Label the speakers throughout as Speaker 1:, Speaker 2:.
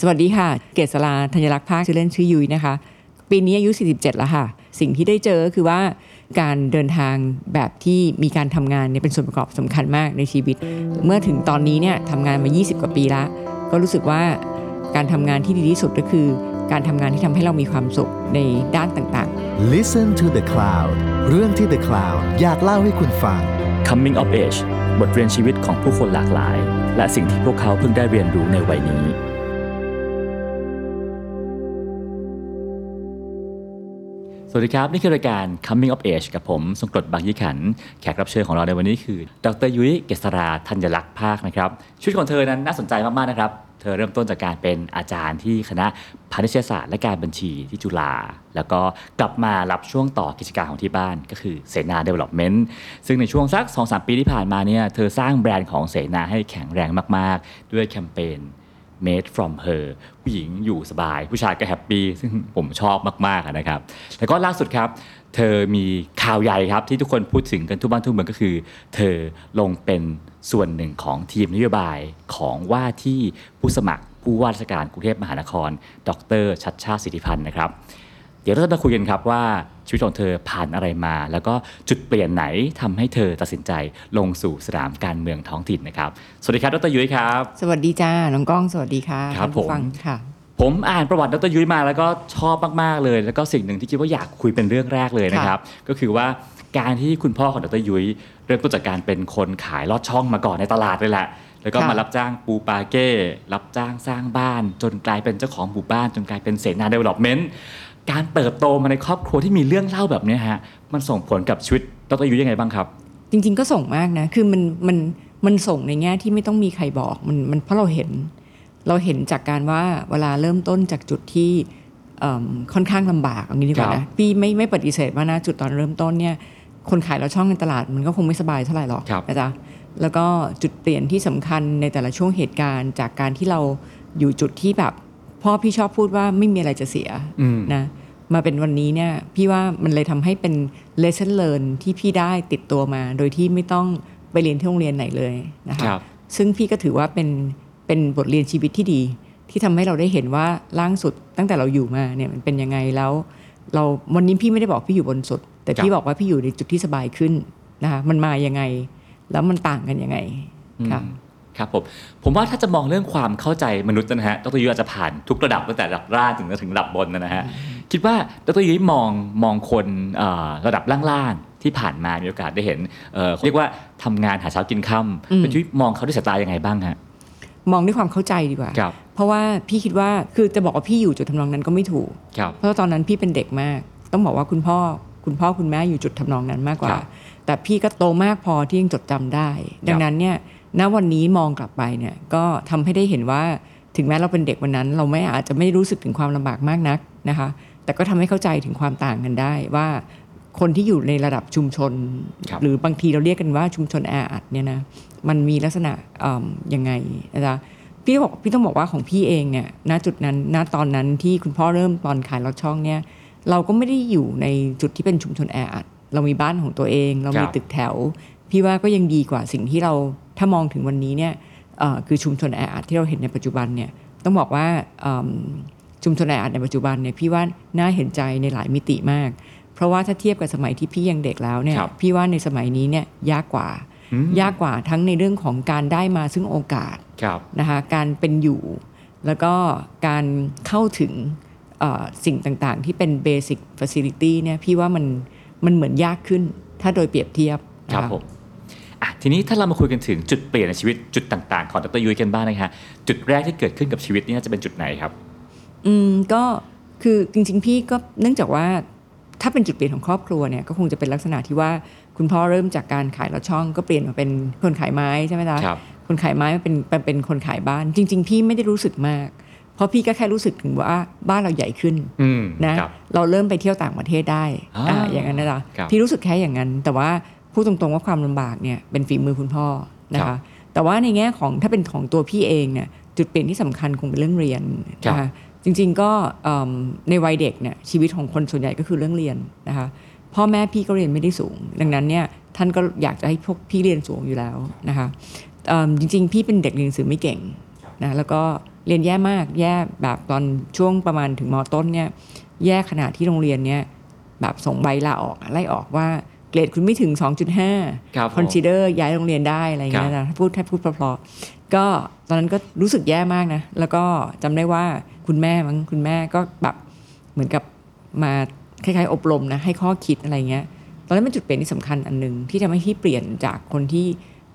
Speaker 1: สวัสดีค่ะ เกษราธัญลักษณ์ภาคชื่อเล่นชื่อยุ้ยนะคะ ปีนี้อายุ 47 แล้วค่ะ สิ่งที่ได้เจอก็คือว่าการเดินทางแบบที่มีการทำงานเนี่ยเป็นส่วนประกอบสำคัญมากในชีวิต เมื่อถึงตอนนี้เนี่ยทำงานมา 20 กว่าปีละ ก็รู้สึกว่าการทำงานที่ดีที่สุดก็คือ การทำงานที่ทำให้เรามีความสุขในด้านต่าง
Speaker 2: Listen to the Cloud เรื่องที่ The Cloud อยากเล่าให้คุณฟัง
Speaker 3: Coming of Age บทเรียนชีวิตของผู้คนหลากหลาย และสิ่งที่พวกเขาเพิ่งได้เรียนรู้ในวัยนี้ สวัสดีครับ นี่คือรายการ Coming of Age กับผมทรงกรดบางยี่ขันธ์แขกรับเชิญของเราในวันนี้คือ ดรยุ้ยเกษราธัญลักษณ์ภาคนะครับชีวิตของเธอนั้นน่าสนใจมาก ๆ นะครับ เธอเริ่มต้นจากการเป็นอาจารย์ที่คณะพาณิชยศาสตร์และการบัญชีที่จุฬาแล้วก็กลับมารับช่วงต่อกิจการของที่บ้านก็คือเสนาเดเวล็อปเมนต์ซึ่งในช่วงสัก 2-3 ปีที่ผ่านมาเนี่ยเธอสร้างแบรนด์ของเสนาให้แข็งแรงมาก ๆ ด้วยแคมเปญ made from her ผู้หญิงอยู่สบาย ผู้ชายก็แฮปปี้ซึ่งผมชอบมากๆอะนะครับ แล้วก็ล่าสุดครับ เธอมีข่าวใหญ่ครับ ที่ทุกคนพูดถึงกันทุกบ้านทุกเมืองก็คือ เธอลงเป็นส่วนหนึ่งของทีมนโยบายของว่าที่ผู้สมัครผู้ว่าราชการกรุงเทพมหานคร ดรชัดชาติสิทธิพันธ์นะครับ เดี๋ยวเราจะมาคุยกันครับว่าชีวิตของเธอผ่านอะไรมา แล้วก็จุดเปลี่ยนไหนทำให้เธอตัดสินใจลงสู่สนามการเมืองท้องถิ่นนะครับสวัสดีครับดรยุ้ยครับ
Speaker 1: ๆ สวัสดีจ้า น้องก้อง สวัสดีค่ะ
Speaker 3: ครั
Speaker 1: ท่า
Speaker 3: บ
Speaker 1: นผู้
Speaker 3: ผม
Speaker 1: ฟังค่ะ
Speaker 3: ผมอ่านประวัติดรยุ้ยมาแล้วก็ชอบมากๆเลย แล้วก็สิ่งหนึ่งที่คิดว่าอยากคุยเป็นเรื่องแรกเลยนะครับ ก็คือว่าการที่คุณพ่อของดรยุ้ยเริ่มต้นจากการเป็นคนขายลอดช่องมาก่อนในตลาดเลยแหละ แล้วก็
Speaker 1: ค่ะ
Speaker 3: มารับจ้างปูปาเก้รับจ้างสร้างบ้าน จนกลายเป็นเจ้าของหมู่บ้าน จนกลายเป็นเสนาเดเวล็อปเมนต์การเติบโตมาในครอบครัวที่มีเรื่องเล่าแบบเนี้ยฮะมันส่งผลกับชีวิตดรยุ้ยยังไงบ้างครับ
Speaker 1: จริงๆก็ส่งมากนะ คือมันมันมันส่งในแง่ที่ไม่ต้องมีใครบอก มันมันเพราะเราเห็น เราเห็นจากการว่าเวลาเริ่มต้นจากจุดที่เอิ่มค่อนข้างลำบากเอางี้ดีกว่า
Speaker 3: ครั
Speaker 1: นะ
Speaker 3: บ
Speaker 1: พี่ไม่ไม่ปฏิเสธว่านะจุดตอนเริ่มต้นเนี่ย คนขายเราช่องในตลาดมันก็คงไม่สบายเท่าไหร่หรอก
Speaker 3: ครับ
Speaker 1: นะจ๊ะ แล้วก็จุดเปลี่ยนที่สำคัญในแต่ละช่วงเหตุการณ์ จากการที่เราอยู่จุดที่แบบพ่อพี่ชอบพูดว่าไม่มีอะไรจะเสีย
Speaker 3: อืม
Speaker 1: นะ มาเป็นวันนี้เนี่ยพี่ว่ามันเลยทำให้เป็น lesson learn ที่พี่ได้ติดตัวมา โดยที่ไม่ต้องไปเรียนที่โรงเรียนไหนเลยนะคะ ซึ่งพี่ก็ถือว่าเป็นเป็นบทเรียนชีวิตที่ดี ที่ทำให้เราได้เห็นว่าล่างสุดตั้งแต่เราอยู่มาเนี่ยมันเป็นยังไงแล้ว เราวันนี้พี่ไม่ได้บอกพี่อยู่บนสุด แต่พี่บอกว่าพี่อยู่ในจุดที่สบายขึ้นนะคะมันมายังไง แล้วมันต่างกันยังไงค่ะ
Speaker 3: อืมครับผมผมว่าถ้าจะมองเรื่องความเข้าใจมนุษย์นะฮะดรยุ้ยอาจจะผ่านทุกระดับตั้งแต่ระดับล่างถึงถึงระดับบนนะฮะคิดว่าดรยุ้ยมองมองคนเอ่อระดับล่างๆที่ผ่านมามีโอกาสได้เห็นเอ่อเรียกว่าทำงานหาเช้ากินค่ำ
Speaker 1: อืม
Speaker 3: ดรยุ้ยมองเขาด้วยสายตายังไงบ้างฮะ
Speaker 1: มองด้วยความเข้าใจดีกว่า
Speaker 3: ครับ
Speaker 1: เพราะว่าพี่คิดว่าคือจะบอกว่าพี่อยู่จุดทำนองนั้นก็ไม่ถูก
Speaker 3: ครับ
Speaker 1: เพราะว่าตอนนั้นพี่เป็นเด็กมาก ต้องบอกว่าคุณพ่อคุณพ่อคุณแม่อยู่จุดทำนองนั้นมากกว่า
Speaker 3: ครับ
Speaker 1: แต่พี่ก็โตมากพอที่ยังจดจำได้ ดังนั้นเนี่ยณวันนี้มองกลับไปเนี่ยก็ทำให้ได้เห็นว่าถึงแม้เราเป็นเด็กวันนั้น เราไม่อาจจะไม่รู้สึกถึงความลำบากมากนักนะคะ แต่ก็ทำให้เข้าใจถึงความต่างกันได้ว่า คนที่อยู่ในระดับชุมชน
Speaker 3: ครับ
Speaker 1: หรือบางทีเราเรียกกันว่าชุมชนแออัดเนี่ยนะมันมีลักษณะเอิ่มยังไงนะจ๊ะพี่บอกพี่ต้องบอกว่าของพี่เองเนี่ยณจุดนั้นณตอนนั้นที่คุณพ่อเริ่มตอนขายรถช่องเนี่ยเราก็ไม่ได้อยู่ในจุดที่เป็นชุมชนแออัดเรามีบ้านของตัวเอง เรามี
Speaker 3: ครับ
Speaker 1: ตึกแถว พี่ว่าก็ยังดีกว่าสิ่งที่เราถ้ามองถึงวันนี้เนี่ยเอ่อคือชุมชนแออัดที่เราเห็นในปัจจุบันเนี่ยต้องบอกว่าเอิ่มชุมชนแออัดในปัจจุบันเนี่ยพี่ว่าน่าเห็นใจในหลายมิติมาก เพราะว่าถ้าเทียบกับสมัยที่พี่ยังเด็กแล้วเนี่ย
Speaker 3: ครับ
Speaker 1: พี่ว่าในสมัยนี้เนี่ยยากกว่า
Speaker 3: อืม
Speaker 1: ยากกว่าทั้งในเรื่องของการได้มาซึ่งโอกาส
Speaker 3: ครับ
Speaker 1: นะคะการเป็นอยู่ แล้วก็การเข้าถึงเอ่อสิ่งต่างๆ ที่เป็นเบสิกฟ a ซิลิตี้เนี่ยพี่ว่ามันมันเหมือนยากขึ้น ถ้าโดยเปรียบเทียบนะะ
Speaker 3: ครับผมอ่ะทีนี้ถ้าเรามาคุยกันถึงจุดเปลี่ยนในชีวิตจุดต่างๆ ของดรยุ้ยกันบ้างนะฮะจุดแรกที่เกิดขึ้นกับชีวิตนี่น่าจะเป็นจุดไหนครับ
Speaker 1: อืมก็คือจริงๆพี่ก็เนื่องจากว่าถ้าเป็นจุดเปลี่ยนของครอบครัวเนี่ยก็คงจะเป็นลักษณะที่ว่าคุณพ่อเริ่มจากการขายลอดช่อง ก็เปลี่ยนมาเป็นคนขายไม้ใช่ไหมล่ะ
Speaker 3: ครับ
Speaker 1: คนขายไม้มาเป็นมาเป็นคนขายบ้าน จริง ๆ พี่ไม่ได้รู้สึกมาก เพราะพี่ก็แค่รู้สึกถึงว่าบ้านเราใหญ่ขึ้น
Speaker 3: อืม
Speaker 1: นะครับ เราเริ่มไปเที่ยวต่างประเทศได้
Speaker 3: อ่า
Speaker 1: อ่าอย่างนั้นนะจ๊ะ
Speaker 3: ครับ
Speaker 1: พี่รู้สึกแค่อย่างนั้น แต่ว่าพูดตรงๆว่าความลำบากเนี่ยเป็นฝีมือคุณพ่อนะ
Speaker 3: ครั
Speaker 1: คะ
Speaker 3: บ
Speaker 1: แต่ว่าในแง่ของถ้าเป็นของตัวพี่เองเนี่ยจุดเปลี่ยนที่สำคัญคงเป็นเรื่องเรียน
Speaker 3: ครับ
Speaker 1: นะคะ จริงๆก็เอิ่มในวัยเด็กเนี่ยชีวิตของคนส่วนใหญ่ก็คือเรื่องเรียนนะคะพ่อแม่พี่ก็เรียนไม่ได้สูง ดังนั้นเนี่ยท่านก็อยากจะให้พวกพี่เรียนสูงอยู่แล้วนะคะเอิ่มจริงๆ พี่เป็นเด็กเรียนหนังสือไม่เก่งนะแล้วก็ เรียนแย่มากแย่แบบตอนช่วงประมาณถึงมต้นเนี่ยแย่ขนาดที่โรงเรียนเนี่ยแบบส่งใบลาออกไล่ออกว่าเกรดคุณไม่ถึง 2.5
Speaker 3: ครับผม
Speaker 1: คอนซีเดอร์ย้ายโรงเรียนได้อะไรอย่างเงี้ยนะถ้าพูดถ้าพูดเพราะๆก็ตอนนั้นก็รู้สึกแย่มากนะ แล้วก็จำได้ว่าคุณแม่มั้งคุณแม่ก็แบบเหมือนกับมาคล้ายๆ อบรมนะให้ข้อคิดอะไรเงี้ย ตอนนั้นเป็นจุดเปลี่ยนที่สำคัญอันหนึ่งที่ทำให้พี่เปลี่ยนจากคนที่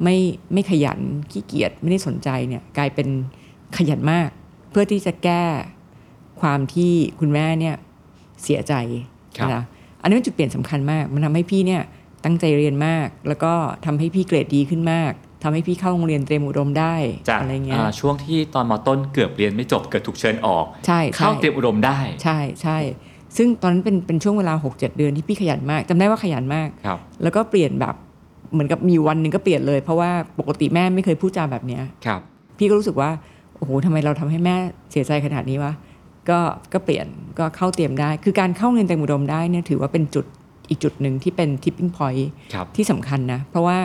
Speaker 1: ไม่ไม่ขยันขี้เกียจไม่ได้สนใจเนี่ยกลายเป็นขยันมาก เพื่อที่จะแก้ความที่คุณแม่เนี่ยเสียใจ
Speaker 3: ครับ
Speaker 1: นะอันนี้เป็นจุดเปลี่ยนสำคัญมาก มันทำให้พี่เนี่ยตั้งใจเรียนมาก แล้วก็ทำให้พี่เกรดดีขึ้นมากทำให้พี่เข้าโรงเรียนเตรียมอุดมได้
Speaker 3: จาก
Speaker 1: อะไรเงี้ย
Speaker 3: อ่าช่วงที่ตอนมต้นเกือบเรียนไม่จบเกือบถูกเชิญออก
Speaker 1: ใช่
Speaker 3: เข้า
Speaker 1: ใช่
Speaker 3: เตรียมอุดมได้
Speaker 1: ใช่ใช่ ซึ่งตอนนั้นเป็นเป็นช่วงเวลา 6 7 เดือนที่พี่ขยันมากจำได้ว่าขยันมาก
Speaker 3: ครับ
Speaker 1: แล้วก็เปลี่ยนแบบเหมือนกับมีวันหนึ่งก็เปลี่ยนเลย เพราะว่าปกติแม่ไม่เคยพูดจาแบบเนี้ย
Speaker 3: ครับ
Speaker 1: พี่ก็รู้สึกว่าโอ้โหทำไมเราทำให้แม่เสียใจขนาดนี้วะก็ก็เปลี่ยนก็เข้าเตรียมได้ คือการเข้าเรียนเตรียมอุดมได้เนี่ยถือว่าเป็นจุดอีกจุดหนึ่งที่เป็น tipping point
Speaker 3: ครับ
Speaker 1: ที่สำคัญนะ เพราะว่า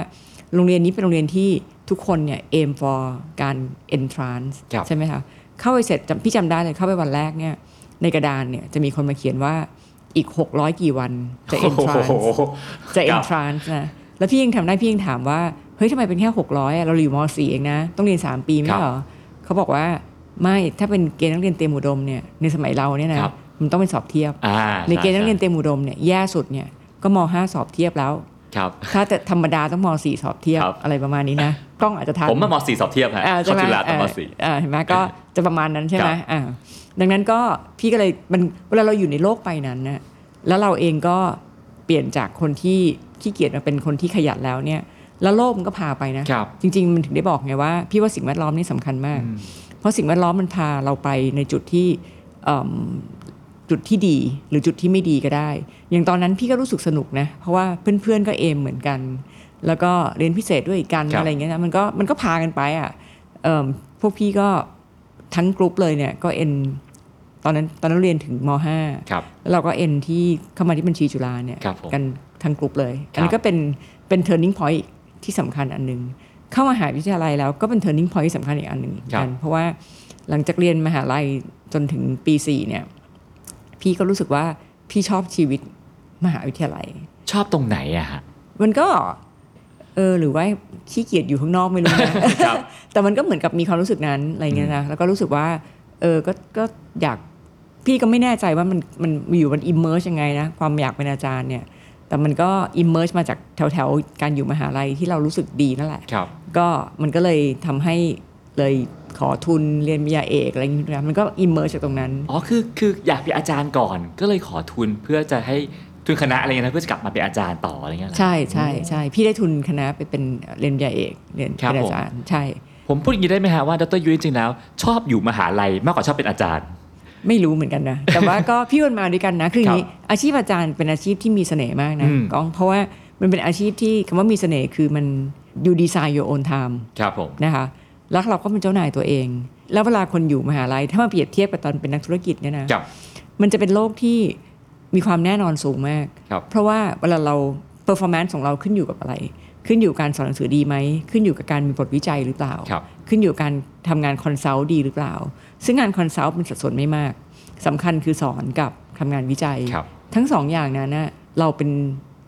Speaker 1: โรงเรียนนี้เป็นโรงเรียนที่ทุกคนเนี่ย aim for การ entrance
Speaker 3: ครับ
Speaker 1: ใช่ไหมคะเข้าไปเสร็จจำพี่จำได้เลยเข้าไปวันแรกเนี่ยในกระดานเนี่ยจะมีคนมาเขียนว่าอีก 600 กี่วันจะ
Speaker 3: โอ้
Speaker 1: entrance
Speaker 3: โห
Speaker 1: จะ
Speaker 3: ครับ
Speaker 1: entrance นะ แล้วพี่ยังทำได้พี่ยังถามว่า เฮ้ยทำไมเป็นแค่ 600อะเราอยู่ม .4 เองนะ ต้องเรียน 3 ปีไม่
Speaker 3: ครับ
Speaker 1: เหรอเขาบอกว่าไม่ถ้าเป็นเกณฑ์นักเรียนเตรียมอุดมเนี่ยในสมัยเราเนี่ยนะครับ มันต้องเป็นสอบเทียบ
Speaker 3: อ่า
Speaker 1: ในเกณฑ์นักเรียน
Speaker 3: ใช่
Speaker 1: เตรียมอุดมเนี่ยแย่สุดเนี่ยก็ม .5 สอบเทียบแล้ว
Speaker 3: ๆครับ
Speaker 1: ถ้าจะธรรมดาต้องม .4 สอบเทียบ
Speaker 3: ครับ
Speaker 1: อะไรประมาณนี้นะ กล้องอาจจะทัน
Speaker 3: ผมมามสี่สอบเทียบฮะ
Speaker 1: อ่า
Speaker 3: เข้า
Speaker 1: ใช่ไหม
Speaker 3: จุฬาตอนม
Speaker 1: อ่า
Speaker 3: สี่
Speaker 1: อ่าเห็นไหมก็จะประมาณนั้นใช่ไหม
Speaker 3: ครับ
Speaker 1: อ่าดังนั้นก็พี่ก็เลยมันเวลาเราอยู่ในโลกใบนั้นนะแล้วเราเองก็เปลี่ยนจากคนที่ขี้เกียจมาเป็นคนที่ขยันแล้วเนี่ย แล้วโลกมันก็พาไปนะ
Speaker 3: ครับ
Speaker 1: จริง ๆ มันถึงได้บอกไงว่า พี่ว่าสิ่งแวดล้อมนี่สำคัญมาก เพราะสิ่งแวดล้อมมันพาเราไปในจุดที่เอิ่มจุดที่ดีหรือจุดที่ไม่ดีก็ได้ อย่างตอนนั้นพี่ก็รู้สึกสนุกนะ เพราะว่าเพื่อนๆก็เอมเหมือนกัน แล้วก็เรียนพิเศษด้วยกัน
Speaker 3: ครับ
Speaker 1: อะไรอย่างเงี้ยนะมันก็มันก็พากันไปอ่ะเอิ่มพวกพี่ก็ทั้งกรุ๊ปเลยเนี่ยก็เอ็นตอนนั้นตอนนั้นเรียนถึงม .5
Speaker 3: ครับ
Speaker 1: แล้วเราก็เอ็นที่เข้ามาที่บัญชีจุฬาเนี่ย
Speaker 3: ครับผม
Speaker 1: กันทั้งกลุ่มเลย
Speaker 3: ครับ
Speaker 1: อันนี้ก็เป็นเป็น turning point ที่สำคัญอันหนึ่งเข้ามหาวิทยาลัยแล้วก็เป็น turning point ที่สำคัญอีกอันหนึ่งเหมือนกัน เพราะว่าหลังจากเรียนมหาลัยจนถึงปี 4 เนี่ย พี่ก็รู้สึกว่าพี่ชอบชีวิตมหาวิทยาลัย
Speaker 3: ชอบตรงไหนอะฮะ
Speaker 1: มันก็ เออหรือว่าขี้เกียจอยู่ข้างนอกไม่รู้นะ
Speaker 3: ครับ
Speaker 1: แต่มันก็เหมือนกับมีความรู้สึกนั้นอะไรเงี้ยนะแล้วก็รู้สึกว่า เออก็ก็อยากพี่ก็ไม่แน่ใจว่ามันมันอยู่มันอิมเมอร์ยังไงนะ ความอยากเป็นอาจารย์เนี่ย แต่มันก็อิมเมอร์มาจากแถวแถวๆการอยู่มหาลัยที่เรารู้สึกดีนั่นแหละ
Speaker 3: ครับ
Speaker 1: ก็มันก็เลยทำให้เลยขอทุนเรียนปริญญาเอกอะไรอย่างเงี้ยนะมันก็อิมเมอร์จากตรงนั้น
Speaker 3: อ๋อ คือ คืออยากเป็นอาจารย์ก่อน ก็เลยขอทุนเพื่อจะให้ทุนคณะอะไรเงี้ยนะเพื่อจะกลับมาเป็นอาจารย์ต่ออะไรเงี้ยเหรอ
Speaker 1: ใช่ใช่ใช่พี่ได้ทุนคณะไปเป็นเรียนปริญญาเอกเรียน
Speaker 3: ครับ
Speaker 1: เป็น
Speaker 3: ผม
Speaker 1: อาจารย์ใช่
Speaker 3: ผมพูดอย่างนี้ได้ไหมฮะว่าดรยุ้ยจริงๆแล้ว ชอบอยู่มหาลัยมากกว่าชอบเป็นอาจารย์
Speaker 1: ไม่รู้เหมือนกัน นะ แต่ว่าก็ พี่วันมาด้วยกันนะ คืออย่างนี้อาชีพอาจารย์เป็นอาชีพที่มีเสน่ห์มากนะ
Speaker 3: อืม
Speaker 1: ก้องเพราะว่ามันเป็นอาชีพที่คำว่ามีเสน่ห์คือมัน you design your own time
Speaker 3: ครับผม
Speaker 1: นะคะแล้วเราก็เป็นเจ้านายตัวเอง แล้วเวลาคนอยู่มหาลัยถ้ามาเปรียบเทียบกับตอนเป็นนักธุรกิจเนี่ยนะครับ มันจะเป็นโลกที่มีความแน่นอนสูงมาก
Speaker 3: ครับ
Speaker 1: เพราะว่าเวลาเรา performance ของเราขึ้นอยู่กับอะไร ขึ้นอยู่กับการสอนหนังสือดีไหม ขึ้นอยู่กับการมีบทวิจัยหรือเปล่า
Speaker 3: ครับ
Speaker 1: ขึ้นอยู่กับการทำงานคอนซัลท์ดีหรือเปล่า ซึ่งงานคอนซัลท์เป็นสัดส่วนไม่มากสำคัญคือสอนกับทำงานวิจัย
Speaker 3: ครับ
Speaker 1: ทั้งสองอย่างนั้นนะเราเป็น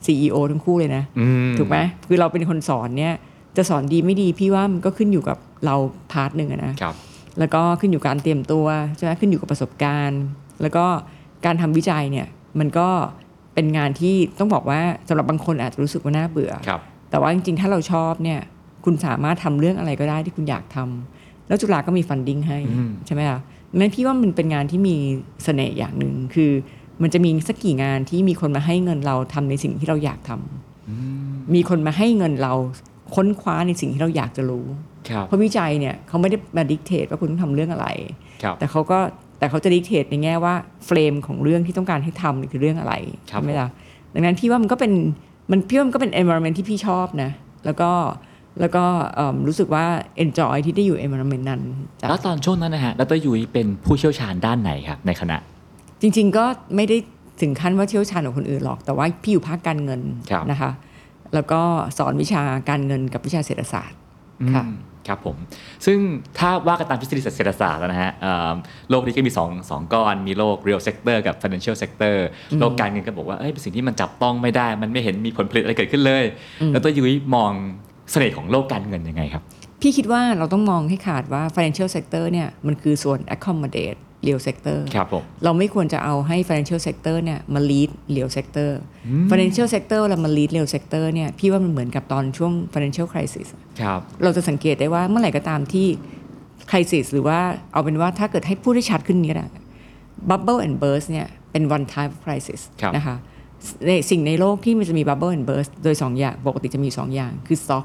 Speaker 1: CEO ทั้งคู่เลยนะ
Speaker 3: อืม
Speaker 1: ถูกไหมคือเราเป็นคนสอนเนี่ยจะสอนดีไม่ดีพี่ว่ามันก็ขึ้นอยู่กับเราพาร์ทหนึ่งอะนะครับ แล้วก็ขึ้นอยู่การเตรียมตัวใช่ไหมขึ้นอยู่กับประสบการณ์ แล้วก็การทำวิจัยเนี่ยมันก็เป็นงานที่ต้องบอกว่าสำหรับบางคนอาจจะรู้สึกว่าน่าเบื่อ
Speaker 3: ครับ
Speaker 1: แต่ว่าจริงๆ ถ้าเราชอบเนี่ย คุณสามารถทำเรื่องอะไรก็ได้ที่คุณอยากทำ แล้วจุฬาก็มีฟันดิ้งให้
Speaker 3: อืม
Speaker 1: ใช่ไหมล่ะนั้นพี่ว่ามันเป็นงานที่มีเสน่ห์อย่างหนึ่งคือ มันจะมีสักกี่งานที่มีคนมาให้เงินเราทำในสิ่งที่เราอยากทำ มีคนมาให้เงินเราค้นคว้าในสิ่งที่เราอยากจะรู้
Speaker 3: ครับ
Speaker 1: เพราะวิจัยเนี่ยเขาไม่ได้มาดิกเทตว่าคุณต้องทำเรื่องอะไร
Speaker 3: ครับ
Speaker 1: แต่เขาก็แต่เขาจะดิกเทตในแง่ว่าเฟรมของเรื่องที่ต้องการให้ทำนี่คือเรื่องอะไร
Speaker 3: ครับ
Speaker 1: ใช่ไหมล่ะดังนั้นพี่ว่ามันก็เป็นมันพี่ว่ามันก็เป็น environment ที่พี่ชอบนะ แล้วก็แล้วก็เอิ่มรู้สึกว่า enjoy ที่ได้อยู่ environment นั้นจ้ะ
Speaker 3: แล้วตอนช่วงนั้นนะฮะดรยุ้ยเป็นผู้เชี่ยวชาญด้านไหนครับในคณะ
Speaker 1: จริง ๆ ก็ไม่ได้ถึงขั้นว่าเชี่ยวชาญกว่าคนอื่นหรอก แต่ว่าพี่อยู่ภาคการเงิน
Speaker 3: ครับ
Speaker 1: นะคะ แล้วก็สอนวิชาการเงินกับวิชาเศรษฐศาสตร์ ค่ะ
Speaker 3: อืม ครับผม ซึ่งถ้าว่ากันตามทฤษฎีเศรษฐศาสตร์นะฮะเอ่อโลกนี้ก็มี2องสองก้อน มีโลก real sector กับ financial sector โลกการเงินก็บอกว่าเอ้ยเป็นสิ่งที่มันจับต้องไม่ได้ มันไม่เห็นมีผลผลิตอะไรเกิดขึ้นเลย แล้วตัวยุ้ยมองเสน่ห์ของโลกการเงินยังไงครับ
Speaker 1: พี่คิดว่าเราต้องมองให้ขาดว่า financial sector เนี่ยมันคือส่วน accommodate real sector
Speaker 3: ครับผม
Speaker 1: เราไม่ควรจะเอาให้ financial sector เนี่ยมา lead real sector financial sector เรามา lead real sector เนี่ยพี่ว่ามันเหมือนกับตอนช่วง financial crisis อะ
Speaker 3: ครับ
Speaker 1: เราจะสังเกตได้ว่าเมื่อไหร่ก็ตามที่ crisis หรือว่าเอาเป็นว่าถ้าเกิดให้พูดได้ชัดขึ้นนี้ก็ได้ bubble and burst เนี่ยเป็น one time of crisis
Speaker 3: ครับ
Speaker 1: นะคะในสิ่งในโลกที่มันจะมี bubble and burst โดย 2 อย่างปกติจะมี 2 อย่างคือ stock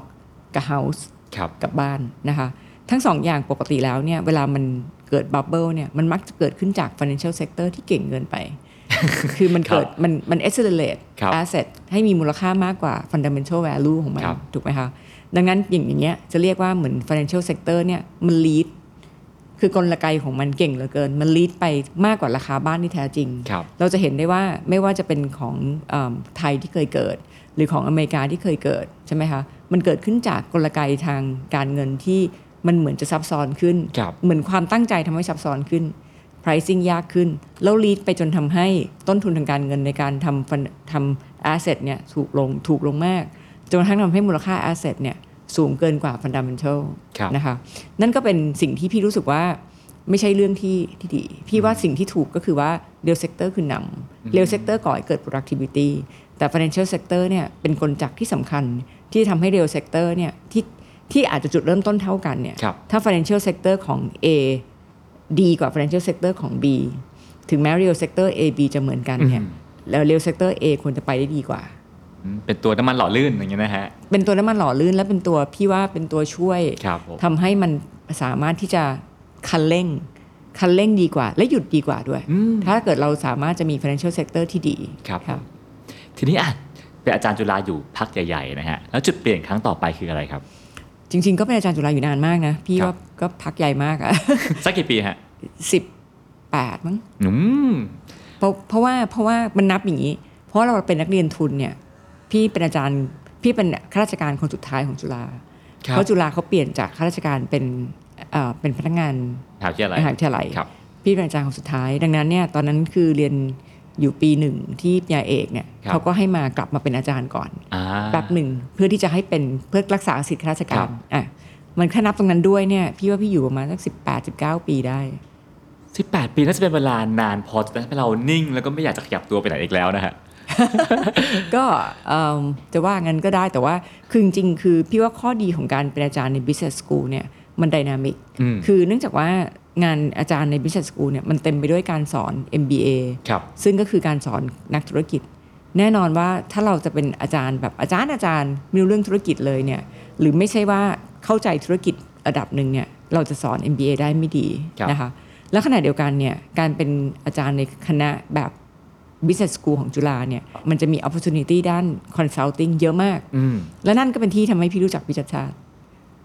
Speaker 1: กับ house
Speaker 3: ครับ
Speaker 1: กับบ้านนะคะทั้งสองอย่างปกติแล้วเนี่ยเวลามันเกิดบับเบิลเนี่ยมันมักจะเกิดขึ้นจาก financial sector ที่เก่งเกิน ไป คือมันเกิดมันมัน accelerate
Speaker 3: ครับ
Speaker 1: asset ให้มีมูลค่ามากกว่า fundamental value ของมัน
Speaker 3: ครับ
Speaker 1: ถูกไหมคะดังนั้นอย่างอย่างเงี้ยจะเรียกว่าเหมือน financial sector เนี่ยมัน lead คือกลไกของมันเก่งเหลือเกิน มัน lead ไปมากกว่าราคาบ้านที่แท้จริง
Speaker 3: ครับ
Speaker 1: เราจะเห็นได้ว่าไม่ว่าจะเป็นของเอมไทยที่เคยเกิด หรือของอเมริกาที่เคยเกิดใช่ไหมคะมันเกิดขึ้นจากกลไกทางการเงินที่มันเหมือนจะซับซ้อนขึ้น
Speaker 3: ครับ
Speaker 1: เหมือนความตั้งใจทำให้ซับซ้อนขึ้น pricing ยากขึ้น แล้วลีดไปจนทำให้ต้นทุนทางการเงินในการทำ fund- ทำ asset เนี่ยถูกลงถูกลงมาก จนกระทั่งทำให้มูลค่า asset เนี่ยสูงเกินกว่า fundamental
Speaker 3: ครับ
Speaker 1: นะคะนั่นก็เป็นสิ่งที่พี่รู้สึกว่าไม่ใช่เรื่องที่ที่ดี พี่ว่าสิ่งที่ถูกก็คือว่า real sector คือนำ real sector ก่อให้เกิด productivity แต่ financial sector เนี่ยเป็นกลจักรที่สำคัญที่ทำให้ real sector เนี่ยที่ที่อาจจะจุดเริ่มต้นเท่ากันเนี่ย
Speaker 3: ครับ
Speaker 1: ถ้า financial sector ของ A ดีกว่า financial sector ของ B ถึงแม้ real sector A B จะเหมือนกันเนี่ย
Speaker 3: อืม
Speaker 1: แล้ว real sector A ควรจะไปได้ดีกว่า
Speaker 3: อืมเป็นตัวน้ำมันหล่อลื่นอย่างเงี้ยนะฮะ
Speaker 1: เป็นตัวน้ำมันหล่อลื่นและเป็นตัวพี่ว่าเป็นตัวช่วย
Speaker 3: ครับผม
Speaker 1: ทำให้มันสามารถที่จะคันเร่ง คันเร่งดีกว่า และหยุดดีกว่าด้วย
Speaker 3: อืม
Speaker 1: ถ้าเกิดเราสามารถจะมี financial sector ที่ดี
Speaker 3: ครับ
Speaker 1: ครับ
Speaker 3: ทีนี้อ่ะเป็นอาจารย์จุฬาอยู่พักใหญ่ๆนะฮะ แล้วจุดเปลี่ยนครั้งต่อไปคืออะไรครับ
Speaker 1: จริง ๆ ก็เป็นอาจารย์จุฬาอยู่นานมากนะ พี่
Speaker 3: ครับ
Speaker 1: ว่าก็พักใหญ่มากอะ
Speaker 3: สักกี่ปีฮะ
Speaker 1: สิบแปดมั้ง
Speaker 3: อืม
Speaker 1: เพราะเพราะว่าเพราะว่ามันนับอย่างนี้ เพราะเราเป็นนักเรียนทุนเนี่ยพี่เป็นอาจารย์พี่เป็นข้าราชการคนสุดท้ายของจุฬา
Speaker 3: ครับ
Speaker 1: เพราะจุฬาเขาเปลี่ยนจากข้าราชการเป็นเอ่อเป็นพนักงาน
Speaker 3: มหาวิทยาลัย
Speaker 1: มหาวิทยาลัย
Speaker 3: ครับ
Speaker 1: พี่เป็นอาจารย์คนสุดท้าย ดังนั้นเนี่ยตอนนั้นคือเรียนอยู่ปีหนึ่งที่ปริญญาเอกเนี่ย
Speaker 3: ครับ
Speaker 1: เขาก็ให้มากลับมาเป็นอาจารย์ก่อน
Speaker 3: อ่า
Speaker 1: แป๊บหนึ่งเพื่อที่จะให้เป็นเพื่อรักษาสิทธิข้าราชกา
Speaker 3: ครั
Speaker 1: ร
Speaker 3: บ
Speaker 1: อ่ะมันถ้านับตรงนั้นด้วยเนี่ยพี่ว่าพี่อยู่ประมาณสักสิบแปดสิบเก้าปีได้
Speaker 3: สิบแปดปีน่าจะเป็นเวลานานพอจะทำให้เรานิ่ง แล้วก็ไม่อยากจะขยับตัวไปไหนอีกแล้วนะฮะ
Speaker 1: ก็เอิ่มจะว่างั้นก็ได้แต่ว่าคือจริงๆคือพี่ว่าข้อดีของการเป็นอาจารย์ใน business school เนี่ยมันดินามิก
Speaker 3: อืม
Speaker 1: คือเนื่องจากว่างานอาจารย์ใน business school เนี่ยมันเต็มไปด้วยการสอน MBA
Speaker 3: ครับ
Speaker 1: ซึ่งก็คือการสอนนักธุรกิจ แน่นอนว่าถ้าเราจะเป็นอาจารย์แบบอาจารย์อาจารย์ไม่รู้เรื่องธุรกิจเลยเนี่ยหรือไม่ใช่ว่าเข้าใจธุรกิจระดับหนึ่งเนี่ยเราจะสอน MBA ได้ไม่ดี
Speaker 3: ครับ
Speaker 1: นะคะแล้วขณะเดียวกันเนี่ยการเป็นอาจารย์ในคณะแบบ Business School ของจุฬาเนี่ยมันจะมี opportunity ด้าน consulting เยอะมาก
Speaker 3: อืม
Speaker 1: และนั่นก็เป็นที่ทำให้พี่รู้จักพิจัดชาติ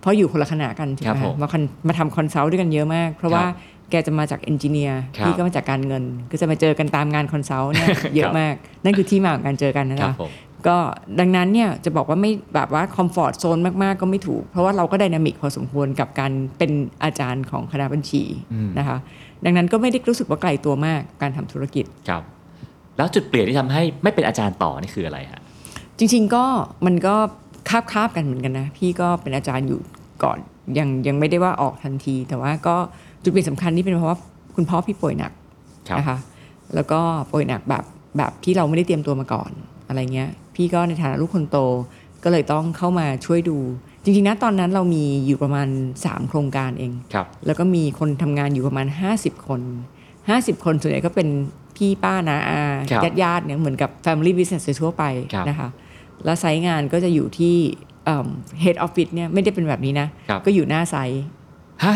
Speaker 1: เพราะอยู่คนละคณะกันถูก
Speaker 3: ครับ
Speaker 1: ไหม
Speaker 3: ผม
Speaker 1: มาคอนมาทำคอนซัลท์ด้วยกันเยอะมาก เพราะว่า
Speaker 3: ครับ
Speaker 1: แกจะมาจากเอนจิเนียร์
Speaker 3: ครับ
Speaker 1: พี่ก็มาจากการเงิน ก็จะมาเจอกันตามงานคอนซัลท์เนี่ยเย
Speaker 3: ครั
Speaker 1: อะ
Speaker 3: บ
Speaker 1: มาก นั่นคือที่มาของการเจอกันนะ
Speaker 3: ครั
Speaker 1: คะ
Speaker 3: บผม
Speaker 1: ก็ดังนั้นเนี่ยจะบอกว่าไม่แบบว่าคอมฟอร์ตโซนมากๆ ก็ไม่ถูก เพราะว่าเราก็ไดนามิกพอสมควรกับการเป็นอาจารย์ของคณะบัญชี
Speaker 3: อืม
Speaker 1: นะคะดังนั้นก็ไม่ได้รู้สึกว่าไกลตัวมากการทำธุรกิจ
Speaker 3: ครับ แล้วจุดเปลี่ยนที่ทำให้ไม่เป็นอาจารย์ต่อนี่คืออะไรฮะ
Speaker 1: จริงๆก็มันก็คาบคาบๆกันเหมือนกันนะ พี่ก็เป็นอาจารย์อยู่ก่อนยังยังไม่ได้ว่าออกทันที แต่ว่าก็จุดเปลี่ยนสำคัญนี่เป็นเพราะว่าคุณพ่อพี่ป่วยหนัก
Speaker 3: ครับ
Speaker 1: นะคะแล้วก็ป่วยหนักแบบแบบที่เราไม่ได้เตรียมตัวมาก่อนอะไรเงี้ย พี่ก็ในฐานะลูกคนโตก็เลยต้องเข้ามาช่วยดู จริงๆนะตอนนั้นเรามีอยู่ประมาณ 3 โครงการเอง
Speaker 3: ครับ
Speaker 1: แล้วก็มีคนทำงานอยู่ประมาณ 50 คน 50 คนส่วนใหญ่ก็เป็นพี่ป้านาอา
Speaker 3: ครับ
Speaker 1: ญาติญาติๆเนี่ยเหมือนกับ Family Business โดยทั่วไป
Speaker 3: ครับ
Speaker 1: นะคะ แล้วไซต์งานก็จะอยู่ที่เอิ่ม Head Office เนี่ยไม่ได้เป็นแบบนี้นะ
Speaker 3: ครับ
Speaker 1: ก็อยู่หน้าไซต์
Speaker 3: ฮะ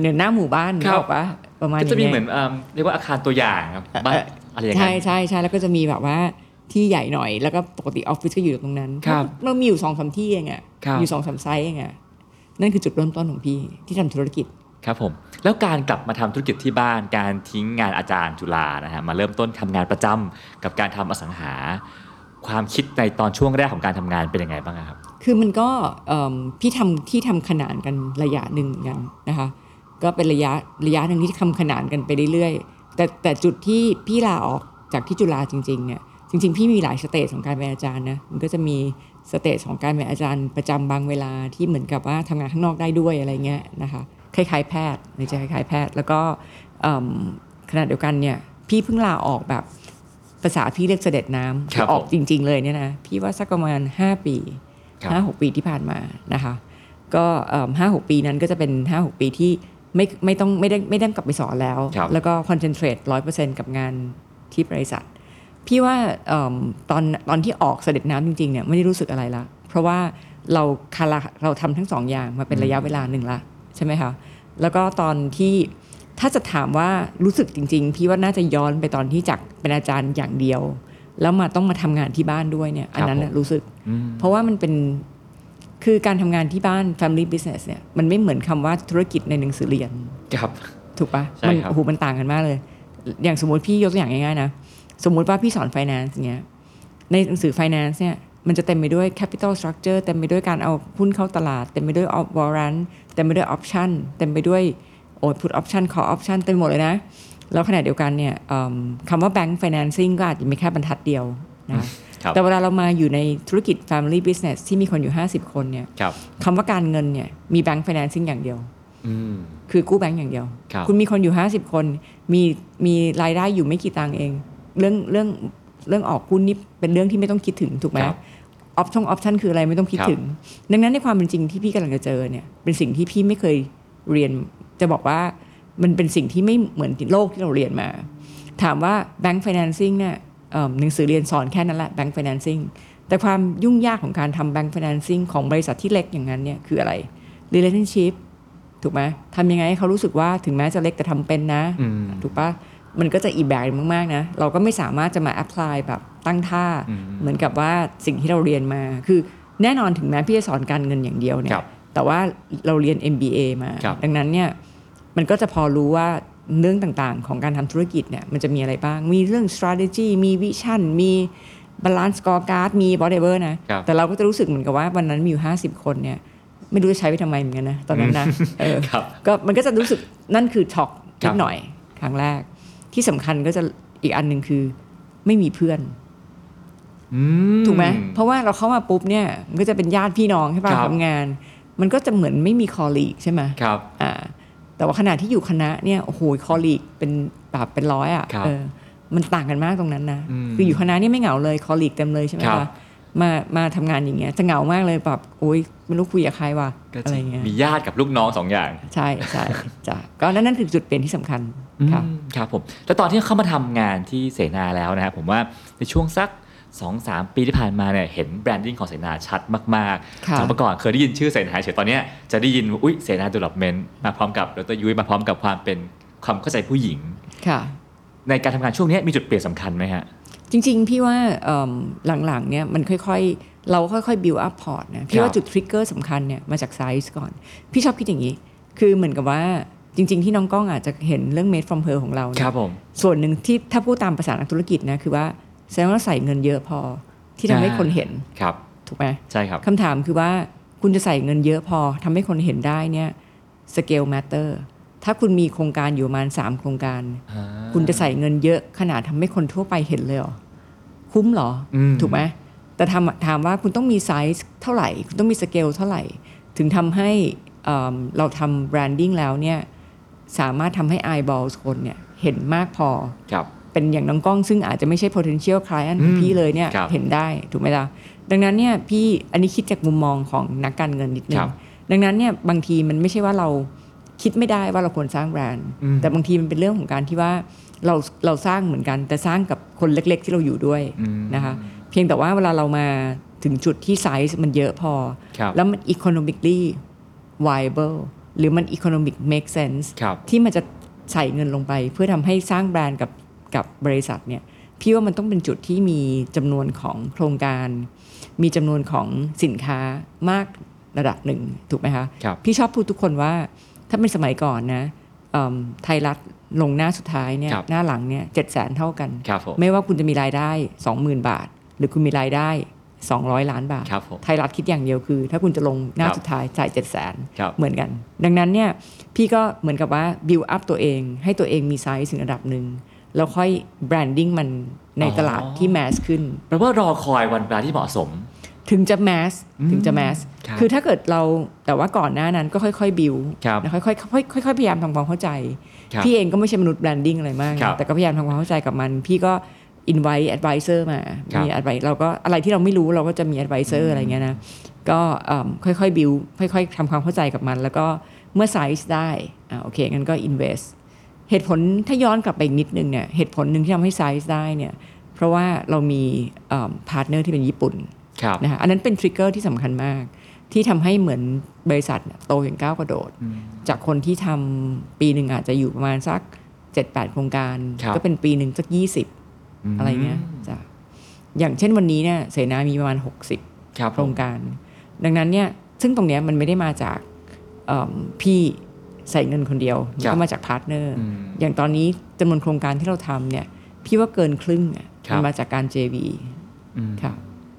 Speaker 1: เหนือหน้าหมู่บ้าน
Speaker 3: ค
Speaker 1: นึ
Speaker 3: รับ
Speaker 1: กออกปะประมาณอ
Speaker 3: ก็
Speaker 1: ย่าง
Speaker 3: จะมี
Speaker 1: เงี้ย
Speaker 3: เหมือนเอิ่มเรียกว่าอาคารตัวอย่างครับบ้านอะไรอย่าง
Speaker 1: ใช่
Speaker 3: เงี้ย
Speaker 1: ใช่ใช่แล้วก็จะมีแบบว่าที่ใหญ่หน่อยแล้วก็ปกติออฟฟิศก็อยู่ตรงนั้น
Speaker 3: ครับ
Speaker 1: เรามีอยู่สองสามที่เองอะ
Speaker 3: ครับ
Speaker 1: อยู่สองสามไซต์เองอะนั่นคือจุดเริ่มต้นของพี่ที่ทำธุรกิจ
Speaker 3: ครับผม แล้วการกลับมาทำธุรกิจที่บ้าน การทิ้งงานอาจารย์จุฬานะฮะมาเริ่มต้นทำงานประจำกับการทำอสังหา ความคิดในตอนช่วงแรกของการทำงานเป็นยังไงบ้างอะครับ
Speaker 1: คือมันก็เอิ่มพี่ทำที่ทำขนานกันระยะหนึ่งเหมือนกันนะคะก็เป็นระยะระยะหนึ่งที่ทำขนานกันไปเรื่อยๆแต่แต่จุดที่พี่ลาออกจากที่จุฬาจริงๆเนี่ยจริง ๆ พี่มีหลายสเตจของการเป็นอาจารย์นะมันก็จะมีสเตจของการเป็นอาจารย์ประจำบางเวลาที่เหมือนกับว่าทำงานข้างนอกได้ด้วยอะไรเงี้ยนะคะคล้ายๆแพทย์หรือจะคล้ายๆแพทย์ แล้วก็เอิ่มขณะเดียวกันเนี่ยพี่เพิ่งลาออกแบบภาษาพี่เรียกเสด็จน้ำ
Speaker 3: ครับ
Speaker 1: ออก
Speaker 3: ผม
Speaker 1: จริง ๆ เลยเนี่ยนะพี่ว่าสักประมาณ 5 ปี
Speaker 3: ครับ
Speaker 1: ห้าหกปีที่ผ่านมานะคะ ก็ห้าหกปีนั้นก็จะเป็นห้าหกปีที่ไม่ไม่ต้องไม่ได้ไม่ได้กลับไปสอนแล้ว
Speaker 3: ครับ
Speaker 1: แล้วก็คอนเซนเทรตร้อยเปอร์เซ็นต์กับงานที่บริษัท พี่ว่าเอิ่มตอนตอนที่ออกเสด็จน้ำจริงๆเนี่ยไม่ได้รู้สึกอะไรละ เพราะว่าเราคาราเราทำทั้งสองอย่างมาเป็นระยะเวลาหนึ่งละใช่ไหมคะแล้วก็ตอนที่ถ้าจะถามว่ารู้สึกจริง ๆ พี่ว่าน่าจะย้อนไปตอนที่จากเป็นอาจารย์อย่างเดียว แล้วมาต้องมาทำงานที่บ้านด้วยเนี่ยอันนั้นน่ะรู้สึก
Speaker 3: อืม
Speaker 1: เพราะว่ามันเป็นคือการทำงานที่บ้าน family business เนี่ยมันไม่เหมือนคำว่าธุรกิจในหนังสือเรียน
Speaker 3: ครับ
Speaker 1: ถูกปะ
Speaker 3: ใช่
Speaker 1: มั
Speaker 3: ครับ
Speaker 1: โอ้โหมันต่างกันมากเลย อย่างสมมติพี่ยกตัวอย่างง่ายๆนะ สมมุติว่าพี่สอน finance เงี้ยในหนังสือ finance เนี่ยมันจะเต็มไปด้วย capital structure เต็มไปด้วยการเอาหุ้นเข้าตลาด เต็มไปด้วย warrant เต็มไปด้วย option เต็มไปด้วยโอ้ put option call option เต็มไปหมดเลยนะ แล้วขณะเดียวกันเนี่ยเอิ่มคำว่า bank financing ก็อาจจะมีแค่บรรทัดเดียวนะคะ
Speaker 3: ครับ
Speaker 1: แต่เวลาเรามาอยู่ในธุรกิจ Family Business ที่มีคนอยู่ 50 คนเนี่ย
Speaker 3: ครับ
Speaker 1: คำว่าการเงินเนี่ยมีแบงก์ financing อย่างเดียว
Speaker 3: อืม
Speaker 1: คือกู้แบงก์อย่างเดียว
Speaker 3: ครับ
Speaker 1: ณมีคนอยู่ 50 คนมีมีรายได้อยู่ไม่กี่ตังค์เอง เรื่องเรื่องเรื่องออกหุ้นนี่เป็นเรื่องที่ไม่ต้องคิดถึงถูกไหม
Speaker 3: ครับ
Speaker 1: ออปชั่นออปชันคืออะไรไม่ต้องคิด
Speaker 3: ครับ
Speaker 1: ถึง ดังนั้นในความเป็นจริงที่พี่กำลังจะเจอเนี่ยเป็นสิ่งที่พี่ไม่เคยเรียน จะบอกว่ามันเป็นสิ่งที่ไม่เหมือนโลกที่เราเรียนมา ถามว่าแบงก์ฟินแลนซิ่งเนี่ยเอิ่มหนังสือเรียนสอนแค่นั้นแหละแบงก์ฟินแลนซิ่งแต่ความยุ่งยากของการทำแบงก์ฟินแลนซิ่งของบริษัทที่เล็กอย่างนั้นเนี่ยคืออะไร relationship ถูกไหมทำยังไงให้เขารู้สึกว่าถึงแม้จะเล็กแต่ทำเป็นนะ
Speaker 3: อืม
Speaker 1: ถูกปะมันก็จะอีกแบบหนึ่งมาก ๆ นะ เราก็ไม่สามารถจะมาแอพพลายแบบตั้งท่า
Speaker 3: อืม
Speaker 1: เหมือนกับว่าสิ่งที่เราเรียนมา คือแน่นอนถึงแม้พี่จะสอนการเงินอย่างเดียวเนี่
Speaker 3: ครั
Speaker 1: ย
Speaker 3: บ
Speaker 1: แต่ว่าเราเรียน MBA มา
Speaker 3: ครับ
Speaker 1: ดังนั้นเนี่ย มันก็จะพอรู้ว่าเรื่องต่างๆ ของการทำธุรกิจเนี่ย มันจะมีอะไรบ้าง มีเรื่อง strategy มี vision มี balance scorecard มี whatever นะ
Speaker 3: ครับ
Speaker 1: แต่เราก็จะรู้สึกเหมือนกับว่าวันนั้นมีอยู่ 50 คนเนี่ย ไม่รู้จะใช้ไปทำไมเหมือนกันนะตอนนั้นนะเออ
Speaker 3: ครับ
Speaker 1: ก็มันก็จะรู้สึกนั่นคือช็อก
Speaker 3: ครั
Speaker 1: นิ
Speaker 3: บ
Speaker 1: ดหน่อยครั้งแรก ที่สำคัญก็จะอีกอันหนึ่งคือไม่มีเพื่อน
Speaker 3: อืม
Speaker 1: ถูกไหมเพราะว่าเราเข้ามาปุ๊บเนี่ยมันก็จะเป็นญาติพี่น้องใช่ป่ะ
Speaker 3: ครับ
Speaker 1: ทำงาน มันก็จะเหมือนไม่มีคอลีกใช่ไหม
Speaker 3: ครับ
Speaker 1: อ่าแต่ว่าขณะที่อยู่คณะเนี่ยโอ้โหคอลีกเป็นแบบเป็นร้อยอ่ะ
Speaker 3: ครับ
Speaker 1: เออมันต่างกันมากตรงนั้นนะ
Speaker 3: อืม
Speaker 1: คืออยู่คณะเนี่ยไม่เหงาเลยคอลีกเต็มเลยใช่ไหม
Speaker 3: ครับ
Speaker 1: คะมามาทำงานอย่างเงี้ยจะเหงามากเลยแบบโอ๊ยไม่รู้คุยกับใครว่ะ
Speaker 3: ก็
Speaker 1: อะ
Speaker 3: จะ
Speaker 1: ไรเงี้ย
Speaker 3: มีญาติกับลูกน้องสองอย่าง
Speaker 1: ใช่ใช่จ้ะก็นั่นนั่นคือจุดเปลี่ยนที่สำคัญค่ะ
Speaker 3: อืมครับผมแล้วตอนที่เข้ามาทำงานที่เสนาแล้วนะครับผมว่าในช่วงสัก 2-3 ปีที่ผ่านมาเนี่ยเห็นแบรนดิ้งของเสนาชัดมาก
Speaker 1: ค่ะ
Speaker 3: ๆจากเมื่อก่อนเคยได้ยินชื่อเสนาเฉยตอนเนี้ยจะได้ยินว่าอุ้ยเสนาดูลลอปเมนต์มาพร้อมกับดรยุ้ยมาพร้อมกับความเป็นความเข้าใจผู้หญิง
Speaker 1: ค่ะ
Speaker 3: ในการทำงานช่วงเนี้ยมีจุดเปลี่ยนสำคัญไหมฮะ
Speaker 1: จริงๆ พี่ว่าเอิ่มหลังๆเนี่ยมันค่อยๆ เราค่อยๆ build up port นะ
Speaker 3: ค
Speaker 1: พี่
Speaker 3: รับ
Speaker 1: ว่าจุด trigger สำคัญเนี่ยมาจากไซส์ก่อน พี่ชอบคิดอย่างนี้ คือเหมือนกับว่าจริง ๆ ที่น้องก้องอาจจะเห็นเรื่อง made from her ของเราเนี่ยส่วนหนึ่งที่ถ้าพูดตามภาษานักธุรกิจนะคือว่าแสดงว่าใส่เงินเยอะพอที่ทำให้
Speaker 3: อ่า
Speaker 1: คนเห็น
Speaker 3: ครับ
Speaker 1: ถูกไหม
Speaker 3: ใช่ครับ
Speaker 1: คำถามคือว่าคุณจะใส่เงินเยอะพอทำให้คนเห็นได้เนี่ย scale matter ถ้าคุณมีโครงการอยู่ประมาณสามโครงการ
Speaker 3: อ่า
Speaker 1: คุณจะใส่เงินเยอะขนาดทำให้คนทั่วไปเห็นเลยเหรอ คุ้มเหรออ
Speaker 3: ม
Speaker 1: ถูกไหมแต่ถามถามว่าคุณต้องมีไซส์เท่าไหร่ คุณต้องมีสเกลเท่าไหร่ ถึงทำให้เอิ่มเราทำแบรนดิ้งแล้วเนี่ย สามารถทำให้ eyeballs คนเนี่ย เห็นมากพอ
Speaker 3: ครับ
Speaker 1: เป็นอย่างน้องกล้องซึ่งอาจจะไม่ใช่ potential client ของ
Speaker 3: อืม
Speaker 1: พี่เลยเนี่ย
Speaker 3: ครับ
Speaker 1: เห็นได้ถูกไหมล่ะดังนั้นเนี่ยพี่อันนี้คิดจากมุมมองของนักการเงินนิดนึ
Speaker 3: ครั
Speaker 1: ง
Speaker 3: บ
Speaker 1: ดังนั้นเนี่ยบางทีมันไม่ใช่ว่าเราคิดไม่ได้ว่าเราควรสร้างแบรนด์
Speaker 3: อืม
Speaker 1: แต่บางทีมันเป็นเรื่องของการที่ว่าเราเราสร้างเหมือนกัน แต่สร้างกับคนเล็ก ๆ ที่เราอยู่ด้วย
Speaker 3: อืม
Speaker 1: นะคะเพียงแต่ว่าเวลาเรามาถึงจุดที่ไซส์มันเยอะพอ
Speaker 3: ครับ
Speaker 1: แล้วมัน economically viable หรือมัน economic make sense
Speaker 3: ครับ
Speaker 1: ที่มันจะใส่เงินลงไปเพื่อทำให้สร้างแบรนด์กับกับบริษัทเนี่ยพี่ว่ามันต้องเป็นจุดที่มีจำนวนของโครงการ มีจำนวนของสินค้ามากระดับหนึ่งถูกไหมคะ
Speaker 3: ครับ
Speaker 1: พี่ชอบพูดทุกคนว่าถ้าเป็นสมัยก่อนนะเอิ่มไทยรัฐลงหน้าสุดท้ายเนี่ย
Speaker 3: ครับ
Speaker 1: หน้าหลังเนี่ยเจ็ดแสนเท่ากัน
Speaker 3: ครับผม
Speaker 1: ไม่ว่าคุณจะมีรายได้ 20,000 บาท หรือคุณมีรายได้ 200 ล้านบาท
Speaker 3: ครับผม
Speaker 1: ไทยรัฐคิดอย่างเดียวคือ ถ้าคุณจะลงหน้า
Speaker 3: ครับ
Speaker 1: สุดท้ายจ่าย7 0 0 0 0น
Speaker 3: ครับ
Speaker 1: เหมือนกัน ดังนั้นเนี่ยพี่ก็เหมือนกับว่า build up ตัวเอง ให้ตัวเองมีไซส์ถึงระดับหนึ่ง แล้วค่อย branding มันใน
Speaker 3: อ๋อ
Speaker 1: ตลาดที่แมสขึ้น
Speaker 3: แปลว่ารอคอยวันเวลาที่เหมาะสม
Speaker 1: ถึงจะแมสถึงจะแมส
Speaker 3: ครับ
Speaker 1: อถ้าเกิดเราแต่ว่าก่อนหน้านั้นก็ค่อยๆบิว
Speaker 3: ครับ
Speaker 1: นะค่อยๆค่อยๆพยายามทำความเข้าใจ
Speaker 3: ครับ
Speaker 1: พี่เองก็ไม่ใช่มนุษย์แบรนดิ้งอะไรมาก
Speaker 3: ครับ
Speaker 1: แต่ก็พยายามทำความเข้าใจกับมัน พี่ก็อินไว t ์แอดไวเซอร์มา
Speaker 3: ครับ
Speaker 1: มีแอดไวเราก็อะไรที่เราไม่รู้เราก็จะมีแอดไวเซอร์อะไรเงี้ยนะ ก็เอิ่มค่อยๆบิวค่อยๆทำความเข้าใจกับมัน แล้วก็เมื่อไซส์ได้อ่าโอเคงั้นก็อินเวสเหตุผลถ้าย้อนกลับไปอีกนิดนึงเนี่ยเหตุผลหนึ่งที่ทำให้ไซส์ได้เนี่ยเพราะว่าเรามีพาร์ทเนอร์ที่เป็นญี่ปุ่น
Speaker 3: ครับ
Speaker 1: นะคะอันนั้นเป็นทริกเกอร์ที่สำคัญมาก ที่ทำให้เหมือนบริษัทเนี่ยโตอย่างก้าวกระโดด จากคนที่ทำปีหนึ่งอาจจะอยู่ประมาณสัก 7-8 โครงการ
Speaker 3: ครับ
Speaker 1: ก็เป็นปีหนึ่งสัก 20 อะไรเงี้ยจ้ะอย่างเช่นวันนี้เนี่ยเสนามีประมาณ 60
Speaker 3: ครับ
Speaker 1: โค
Speaker 3: ผ
Speaker 1: ร
Speaker 3: ม
Speaker 1: งการ ดังนั้นเนี่ยซึ่งตรงเนี้ยมันไม่ได้มาจากเอิ่มพี่ใส่เงินคนเดียวมันก็มาจากพาร์ทเนอร์
Speaker 3: อืม
Speaker 1: อย่างตอนนี้จำนวนโครงการที่เราทำเนี่ยพี่ว่าเกินครึ่งอะ
Speaker 3: ครับ
Speaker 1: มันมาจากการ JV
Speaker 3: อืม
Speaker 1: ค่ะ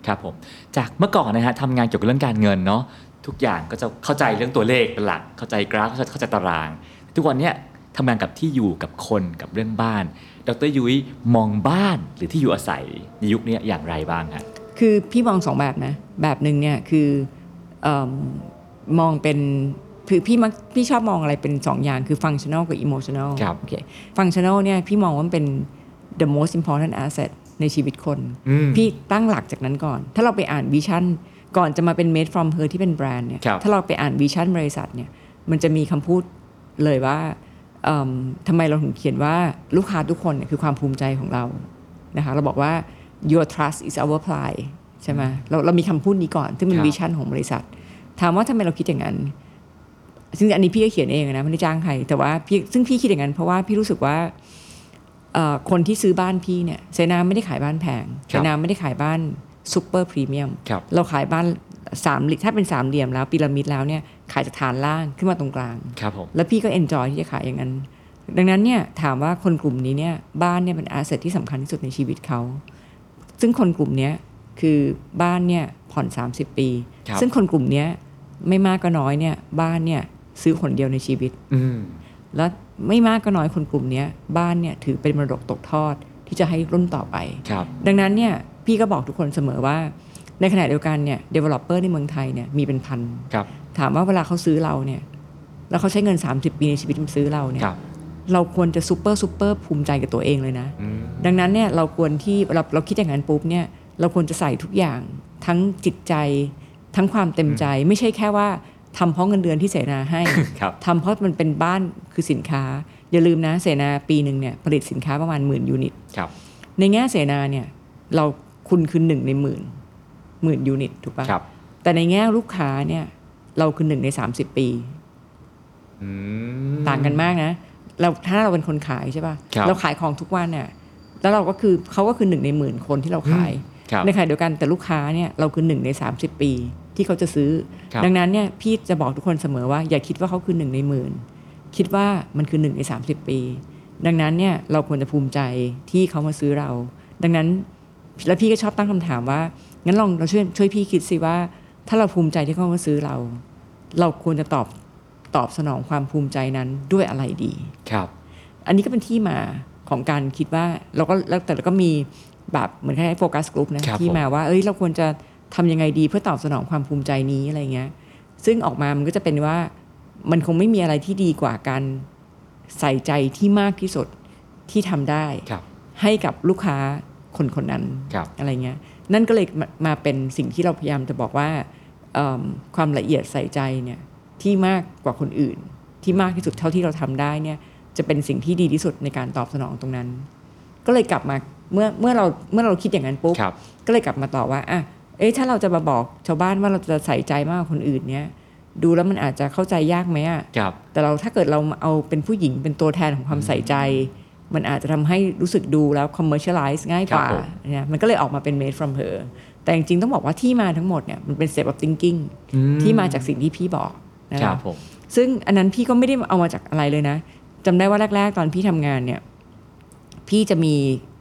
Speaker 3: ครับผมจากเมื่อก่อนนะฮะทำงานเกี่ยวกับเรื่องการเงินเนาะทุกอย่างก็จะเข้าใจเรื่องตัวเลขเป็นหลักเข้าใจกราฟเข้าใจเข้าใจตาราง ทุกวันเนี้ยทำงานกับที่อยู่กับคนกับเรื่องบ้าน ดรยุ้ยมองบ้านหรือที่อยู่อาศัยในยุคเนี้ยอย่างไรบ้างฮะ
Speaker 1: คือพี่มองสองแบบนะ แบบหนึ่งเนี่ยคือเอมมองเป็นคือพี่มักพี่ชอบมองอะไรเป็นสองอย่างคือ functional กับ emotional
Speaker 3: ครับ
Speaker 1: โอเค functional เนี่ยพี่มองว่ามันเป็น the most important asset ในชีวิตคน
Speaker 3: อืม
Speaker 1: พี่ตั้งหลักจากนั้นก่อน ถ้าเราไปอ่านวิชั่นก่อนจะมาเป็น made from her ที่เป็นแบรนด์เนี่ย
Speaker 3: ครับ
Speaker 1: ถ้าเราไปอ่านวิชั่นบริษัทเนี่ย มันจะมีคำพูดเลยว่าเอิ่มทำไมเราถึงเขียนว่าลูกค้าทุกคนเนี่ยคือความภูมิใจของเรา นะคะ เราบอกว่า your trust is our pride ใช่ไหมเราเรามีคำพูดนี้ก่อน ซึ่งเป็
Speaker 3: คน รับ
Speaker 1: วิชั่นของบริษัท ถามว่าทำไมเราคิดอย่างนั้น ซึ่งอันนี้พี่ก็เขียนเองนะไม่ได้จ้างใคร แต่ว่าพี่ซึ่งพี่คิดอย่างนั้นเพราะว่าพี่รู้สึกว่าเอ่อคนที่ซื้อบ้านพี่เนี่ยเซนาไม่ได้ขายบ้านแพง
Speaker 3: ครับ
Speaker 1: เซนาไม่ได้ขายบ้านซูเปอร์พรีเมียม
Speaker 3: ครับ
Speaker 1: เราขายบ้านสามเหลี่ยมถ้าเป็นสามเหลี่ยมแล้วพีระมิดแล้วเนี่ยขายจากฐานล่างขึ้นมาตรงกลาง
Speaker 3: ครับผม
Speaker 1: แล้วพี่ก็เอนจอยที่จะขายอย่างนั้น ดังนั้นเนี่ยถามว่าคนกลุ่มนี้เนี่ยบ้านเนี่ยเป็นอาเซทที่สำคัญที่สุดในชีวิตเขา ซึ่งคนกลุ่มเนี้ยคือบ้านเนี่ยผ่อน 30 ปี
Speaker 3: ครับ
Speaker 1: ซึ่งคนกลุ่มเนี้ยไม่มากก็น้อยเนี่ยบ้านเนี่ยซื้อคนเดียวในชีวิต
Speaker 3: อืม
Speaker 1: และไม่มากก็น้อยคนกลุ่มเนี้ยบ้านเนี่ยถือเป็นมรดกตกทอดที่จะให้รุ่นต่อไป
Speaker 3: ครับ
Speaker 1: ดังนั้นเนี่ยพี่ก็บอกทุกคนเสมอว่า ในขณะเดียวกันเนี่ย developer ในเมืองไทยเนี่ยมีเป็นพัน
Speaker 3: ครับ
Speaker 1: ถามว่าเวลาเขาซื้อเราเนี่ย แล้วเขาใช้เงิน 30 ปีในชีวิตมาซื้อเราเนี่ย
Speaker 3: ครับ
Speaker 1: เราควรจะซูเปอร์ซูเปอร์ภูมิใจกับตัวเองเลยนะ
Speaker 3: อืม
Speaker 1: ดังนั้นเนี่ยเราควรที่เราเราคิดอย่างนั้นปุ๊บเนี่ยเราควรจะใส่ทุกอย่าง ทั้งจิตใจ ทั้งความเต็มใจ ไม่ใช่แค่ว่าทำเพราะเงินเดือนที่เสนา ให้
Speaker 3: ครับ
Speaker 1: ทำเพราะมันเป็นบ้านคือสินค้า อย่าลืมนะเสนาปีหนึ่งเนี่ยผลิตสินค้าประมาณหมื่นยูนิต
Speaker 3: ครับ
Speaker 1: ในแง่เสนาเนี่ยเราคุณคือหนึ่งในหมื่นหมื่นยูนิตถูกปะ
Speaker 3: ครับ
Speaker 1: แต่ในแง่ลูกค้าเนี่ยเราคือหนึ่งใน 30 ปี
Speaker 3: อืม
Speaker 1: ต่างกันมากนะ เราถ้าเราเป็นคนขายใช่ปะ
Speaker 3: ครับ
Speaker 1: ่ะ เราขายของทุกวันเนี่ยแล้วเราก็คือเขาก็คือหนึ่งในหมื่นคนที่เราขาย
Speaker 3: ครับ
Speaker 1: ในขณะเดียวกันแต่ลูกค้าเนี่ยเราคือหนึ่งใน 30 ปีที่เขาจะซื้อ
Speaker 3: ครับ
Speaker 1: ดังนั้นเนี่ยพี่จะบอกทุกคนเสมอว่าอย่าคิดว่าเขาคือหนึ่งในหมื่นคิดว่ามันคือหนึ่งใน 30 ปี ดังนั้นเนี่ยเราควรจะภูมิใจที่เขามาซื้อเรา ดังนั้นแล้วพี่ก็ชอบตั้งคำถามว่างั้นลองเราช่วยช่วยพี่คิดสิว่า ถ้าเราภูมิใจที่เขามาซื้อเรา เราควรจะตอบตอบสนองความภูมิใจนั้นด้วยอะไรดี
Speaker 3: ครับ
Speaker 1: อันนี้ก็เป็นที่มาของการคิดว่าเราก็แล้วแต่เราก็มีแบบเหมือนคล้ายๆโฟกัสกลุ่มนะครับ ที่
Speaker 3: ผม
Speaker 1: มาว่าเอ้ยเราควรจะทำยังไงดีเพื่อตอบสนองความภูมิใจนี้อะไรเงี้ย ซึ่งออกมามันก็จะเป็นว่ามันคงไม่มีอะไรที่ดีกว่าการใส่ใจที่มากที่สุดที่ทำได้
Speaker 3: ครับ
Speaker 1: ให้กับลูกค้าคนคนนั้น
Speaker 3: ครับ
Speaker 1: อะไรเงี้ยนั่นก็เลยมามาเป็นสิ่งที่เราพยายามจะบอกว่าเอิ่มความละเอียดใส่ใจเนี่ยที่มากกว่าคนอื่น ที่มากที่สุดเท่าที่เราทำได้เนี่ยจะเป็นสิ่งที่ดีที่สุดในการตอบสนองตรงนั้น ก็เลยกลับมาเมื่อเมื่อเราเมื่อเราคิดอย่างนั้นปุ๊บ
Speaker 3: ครับ
Speaker 1: ก็เลยกลับมาต่อว่าอ่ะเอ๊ะถ้าเราจะมาบอกชาวบ้านว่าเราจะใส่ใจมากกว่าคนอื่นเนี่ยดูแล้วมันอาจจะเข้าใจยากไหมอะ
Speaker 3: ครับ
Speaker 1: แต่เราถ้าเกิดเราเอาเป็นผู้หญิงเป็นตัวแทนของความใส่ใจ มันอาจจะทำให้รู้สึกดูแล้ว commercialize ง่ายกว่า
Speaker 3: ครับผม
Speaker 1: เนี่ยมันก็เลยออกมาเป็น made from her แต่จริงๆต้องบอกว่าที่มาทั้งหมดเนี่ยมันเป็น step of thinking
Speaker 3: อืม
Speaker 1: ที่มาจากสิ่งที่พี่บอกนะ
Speaker 3: ค
Speaker 1: ค
Speaker 3: รั
Speaker 1: รั
Speaker 3: บบ ผม
Speaker 1: ซึ่งอันนั้นพี่ก็ไม่ได้เอามาจากอะไรเลยนะจำได้ว่าแรก ๆ ตอนพี่ทำงานเนี่ย พี่จะมี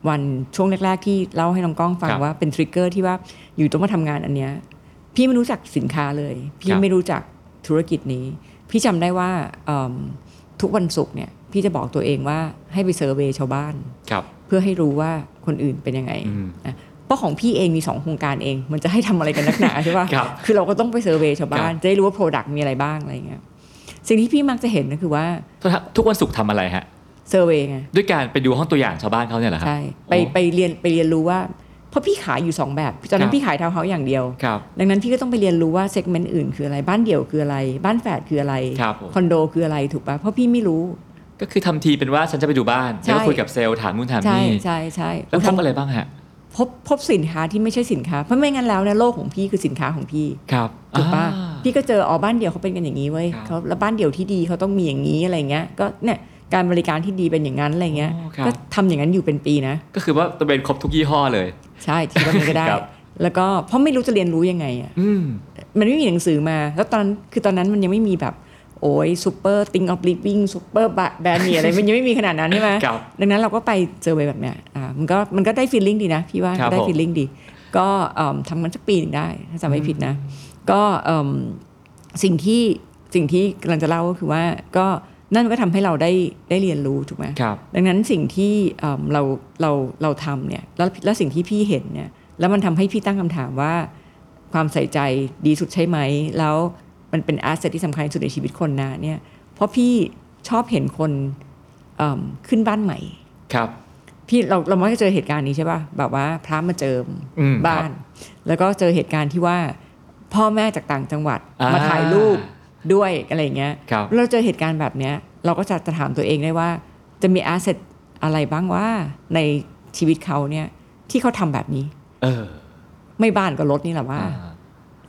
Speaker 1: วันช่วงแรก ๆ ที่เล่าให้น้องกล้องฟัง
Speaker 3: ครับ
Speaker 1: ว่าเป็นทริกเกอร์ที่ว่าอยู่ต้องมาทำงานอันเนี้ยพี่ไม่รู้จักสินค้าเลย พี่
Speaker 3: ครับ
Speaker 1: ไม่รู้จักธุรกิจนี้ พี่จำได้ว่าเอิ่มทุกวันศุกร์เนี่ยพี่จะบอกตัวเองว่าให้ไปเซอร์เวย์ชาวบ้าน
Speaker 3: ครับ
Speaker 1: เพื่อให้รู้ว่าคนอื่นเป็นยังไง
Speaker 3: อืม
Speaker 1: นะเพราะของพี่เองมีสองโครงการเอง มันจะให้ทำอะไรกันนักหนาใช่ปะ
Speaker 3: ครับ
Speaker 1: คือเราก็ต้องไปเซอร์เวย์ชาวบ้าน จะได้รู้ว่าโปรดักต์มีอะไรบ้างอะไรอย่างเงี้ย สิ่งที่พี่มักจะเห็นก็คือว่า
Speaker 3: โทษครับทุกวันศุกร์ทำอะไรฮะ
Speaker 1: เซอร์เวย์ไง
Speaker 3: ด้วยการไปดูห้องตัวอย่างชาวบ้านเขาเนี่ยเหรอครับ
Speaker 1: ใช่ ไป
Speaker 3: โอ้
Speaker 1: ไปเรียนไปเรียนรู้ว่า เพราะพี่ขายอยู่สองแบบตอนนั้
Speaker 3: ครั
Speaker 1: น
Speaker 3: บ
Speaker 1: พี่ขายทาวน์เฮาส์อย่างเดียว
Speaker 3: ครับ
Speaker 1: ดังนั้นพี่ก็ต้องไปเรียนรู้ว่าเซกเมนต์อื่นคืออะไร บ้านเดี่ยวคืออะไร บ้านแฝดคืออะไร
Speaker 3: ครับผม
Speaker 1: อนโดคืออะไรถูกปะเพราะพี่ไม่รู้
Speaker 3: ก็คือทำทีเป็นว่าฉันจะไปดูบ้าน
Speaker 1: ใช่
Speaker 3: แล้วก็คุยกับเซลล์ถามนู่นถาม
Speaker 1: ใช่
Speaker 3: นี่
Speaker 1: ใช่ใช่
Speaker 3: แล้วพ
Speaker 1: อุทา
Speaker 3: บ
Speaker 1: น
Speaker 3: อะไรบ้างฮะ
Speaker 1: พบพบสินค้าที่ไม่ใช่สินค้าเพราะไม่งั้นแล้วเนี่ยโลกของพี่คือสินค้าของพี่
Speaker 3: ครับ
Speaker 1: ถูกปะ
Speaker 3: อ่า
Speaker 1: พี่ก็เจออ๋อบ้านเดี่ยวเขาเป็นกันอย่างนี้เว้ย
Speaker 3: ครับ
Speaker 1: เขาแล้วบ้านเดี่ยวที่ดีเขาต้องมีอย่างนี้อะไรเงี้ยก็เนี่ยการบริการที่ดีเป็นอย่างนั้นอะไรเงี้ย
Speaker 3: อ๋อครับ
Speaker 1: ก็ทำอย่างนั้นอยู่เป็นปีนะ
Speaker 3: ก็คือว่าตะเวนครบทุกยี่ห้อเลย
Speaker 1: ใช่ที่ว่ามันก็ได้
Speaker 3: ครับ
Speaker 1: แล้วก็เพราะไม่รู้จะเรียนรู้ยังไงอ่ะ
Speaker 3: อืม
Speaker 1: มันไม่มีหนังสือมา แล้วตอนนั้นคือตอนนั้นมันยังไม่มีแบบโอ้ยซูเปอร์ติงออฟลิฟวิ่งซูเปอร์แบรนด์อะไรมันยังไม่มีขนาดนั้นใช่ไหม
Speaker 3: ครับ
Speaker 1: ดังนั้นเราก็ไปเจอไปแบบเนี้ยอ่ามันก็มันก็ได้ฟีลลิ่งดีนะพี่ว่า
Speaker 3: ครับ
Speaker 1: ได้
Speaker 3: ผม
Speaker 1: ฟีลลิ่งดี ก็เอิ่มทำมันสักปีหนึงได้ถ้าจำไม่ผิดนะ ก็เอิ่ม สิ่งที่สิ่งที่กำลังจะเล่าก็คือว่าก็นั่นก็ทำให้เราได้ได้เรียนรู้ถูกไหม
Speaker 3: ครับ
Speaker 1: ดังนั้นสิ่งที่เอิ่มเราเราเราทำเนี่ยแล้วแล้วสิ่งที่พี่เห็นเนี่ยแล้วมันทำให้พี่ตั้งคำถามว่า ความใส่ใจดีสุดใช่ไหม แล้วมันเป็นอาร์ตที่สำคัญที่สุดในชีวิตคนนะเนี่ยเพราะพี่ชอบเห็นคนเอิ่มขึ้นบ้านใหม่
Speaker 3: ครับ
Speaker 1: พี่เราเรามักจะเจอเหตุการณ์นี้ใช่ป่ะแบบว่าพระมาเจิม
Speaker 3: อืม
Speaker 1: บ้า
Speaker 3: ครั
Speaker 1: น
Speaker 3: บ
Speaker 1: แล้วก็เจอเหตุการณ์ที่ว่าพ่อแม่จากต่างจังหวัด
Speaker 3: อ่าม
Speaker 1: มาถ่ายรูปด้วยอะไรอย่างเงี้ย
Speaker 3: ครับ
Speaker 1: เราเจอเหตุการณ์แบบเนี้ยเราก็จะจะถามตัวเองได้ว่า จะมีอาเซทอะไรบ้างว่าในชีวิตเขาเนี่ยที่เขาทำแบบนี้
Speaker 3: เออ
Speaker 1: ไม่บ้านก็รถนี่แหละว่า
Speaker 3: อ่า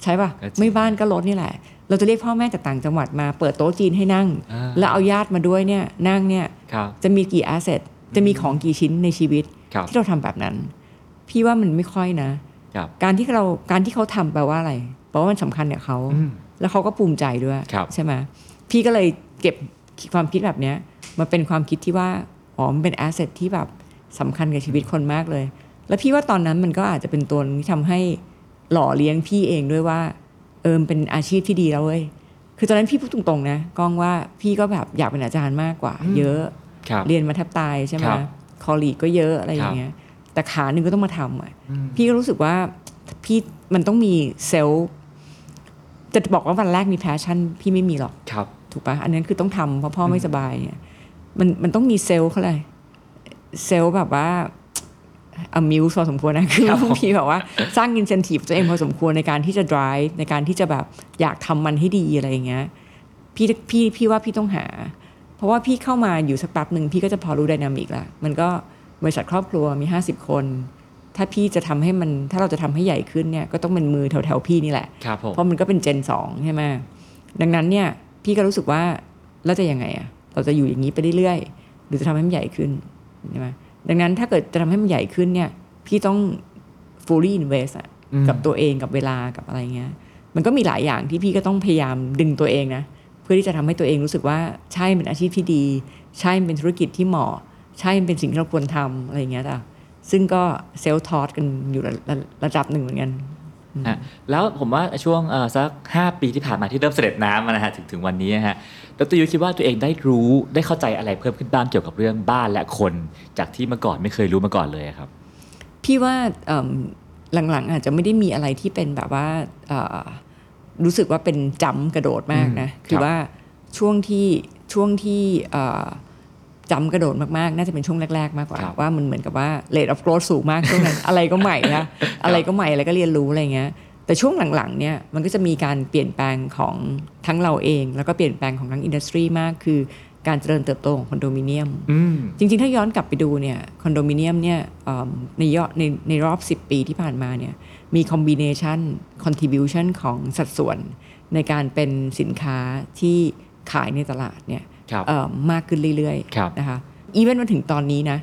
Speaker 1: ใช่ป่ะ
Speaker 3: ก็จริง
Speaker 1: ไม่บ้านก็รถนี่แหละ เราจะเรียกพ่อแม่จากต่างจังหวัดมาเปิดโต๊ะจีนให้นั่ง
Speaker 3: อ่า
Speaker 1: แล้วเอาญาติมาด้วยเนี่ยนั่งเนี่ย
Speaker 3: ครับ
Speaker 1: จะมีกี่อาเซทจะมีของกี่ชิ้นในชีวิต
Speaker 3: ครับ
Speaker 1: ที่เราทำแบบนั้น พี่ว่ามันไม่ค่อยนะ
Speaker 3: ครับ
Speaker 1: การที่เราการที่เขาทำแปลว่าอะไรแปลว่ามันสำคัญกับเขา
Speaker 3: อืม
Speaker 1: แล้วเขาก็ภูมิใจด้วย
Speaker 3: ครับ
Speaker 1: ใช่ไหมพี่ก็เลยเก็บความคิดแบบเนี้ยมาเป็นความคิดที่ว่าอ๋อมันเป็นแอสเซทที่แบบสำคัญกับชีวิตคนมากเลย แล้วพี่ว่าตอนนั้นมันก็อาจจะเป็นตัวหนึ่งที่ทำให้หล่อเลี้ยงพี่เองด้วยว่า เออมนเป็นอาชีพที่ดีแล้วเว้ยคือตอนนั้นพี่พูดตรงๆนะกล้องว่าพี่ก็แบบอยากเป็นอาจารย์มากกว่า
Speaker 3: อืม
Speaker 1: เยอะ
Speaker 3: ครับ
Speaker 1: เรียนมาแทบตายใช่ไหม
Speaker 3: ครับ
Speaker 1: คอลีกก็เยอะอะไรอย่างเงี้ย แต่ขาหนึ่งก็ต้องมาทำอ่ะ
Speaker 3: อืม
Speaker 1: พี่ก็รู้สึกว่าพี่มันต้องมีเซลล์จะบอกว่าวันแรกมีแพชชั่น พี่ไม่มีหรอก
Speaker 3: ครับ
Speaker 1: ถูกปะอันนั้นคือต้องทำเพราะพ่อไม่สบายเนี่ยมันมันต้องมีเซลล์เขาเลยเซลล์แบบว่าอามิวพอสมควรนะ คือ
Speaker 3: ครับผม
Speaker 1: พีแบบว่าสร้างอินเซนティブตัวเองพอสมควรในการที่จะ drive ในการที่จะแบบอยากทำมันให้ดีอะไรอย่างเงี้ยพี่พี่พี่ว่าพี่ต้องหา เพราะว่าพี่เข้ามาอยู่สักแป๊บหนึ่งพี่ก็จะพอรู้ไดนามิกละมันก็บริษัทครอบครัวมี 50 คน ถ้าพี่จะทำให้มันถ้าเราจะทำให้ใหญ่ขึ้นเนี่ยก็ต้องเป็นมือแถวแถวๆพี่นี่แหละ
Speaker 3: ครับผม
Speaker 1: เพราะมันก็เป็นเจนสองใช่ไหมดังนั้นเนี่ยพี่ก็รู้สึกว่าเราจะยังไงอะเราจะอยู่อย่างนี้ไปเรื่อยๆ หรือจะทำให้มันใหญ่ขึ้นใช่ไหมดังนั้นถ้าเกิดจะทำให้มันใหญ่ขึ้นเนี่ยพี่ต้อง fully invest อะ
Speaker 3: อืม
Speaker 1: กับตัวเองกับเวลากับอะไรเงี้ย มันก็มีหลายอย่างที่พี่ก็ต้องพยายามดึงตัวเองนะ เพื่อที่จะทำให้ตัวเองรู้สึกว่าใช่มันเป็นอาชีพที่ดี ใช่มันเป็นธุรกิจที่เหมาะ ใช่มันเป็นสิ่งที่เราควรทำอะไรเงี้ยจ้ะซึ่งก็เซลล์ทอดกันอยู่ระระระดับหนึ่งเหมือนกัน
Speaker 3: ฮะแล้วผมว่าช่วงเอ่อสัก 5 ปีที่ผ่านมาที่เริ่มเสด็จน้ำอะนะฮะถึงถึงวันนี้นะฮะดรยุยคิดว่าตัวเองได้รู้ได้เข้าใจอะไรเพิ่มขึ้นบ้างเกี่ยวกับเรื่องบ้านและคน จากที่เมื่อก่อนไม่เคยรู้มาก่อนเลยอะครับ
Speaker 1: พี่ว่าเอิ่มหลังๆ อาจจะไม่ได้มีอะไรที่เป็นแบบว่าเอ่อรู้สึกว่าเป็นจำกระโดดมากนะ
Speaker 3: อืม
Speaker 1: คือ
Speaker 3: ครับ
Speaker 1: ว่าช่วงที่ช่วงที่เอ่อจำกระโดดมากๆ น่าจะเป็นช่วงแรก ๆ มากกว่า
Speaker 3: ครับ
Speaker 1: ว่ามันเหมือนกับว่าเลดออฟโกร h สูงมากช่วงนั้น อะไรก็ใหม่นะอะไรก็ใหม่อะไรก็เรียนรู้อะไรเงี้ยแต่ช่วงหลังๆเนี่ยมันก็จะมีการเปลี่ยนแปลงของทั้งเราเอง แล้วก็เปลี่ยนแปลงของทั้งอินดัสทรีมากคือการเจริญเติบโตของคอนโดมิเนียม จริงๆ ถ้าย้อนกลับไปดูเนี่ยคอนโดมิเนียมเนี่ยเอิ่มในยอในในรอบ 10 ปีที่ผ่านมาเนี่ยมีคอมบิเนชันคอนทิบิวชันของสัดส่วนในการเป็นสินค้าที่ขายในตลาดเนี่ย
Speaker 3: ครับ
Speaker 1: เอิ่มมากขึ้นเรื่อย
Speaker 3: ครับ
Speaker 1: ๆนะคะอีเวนต์มาถึงตอนนี้นะ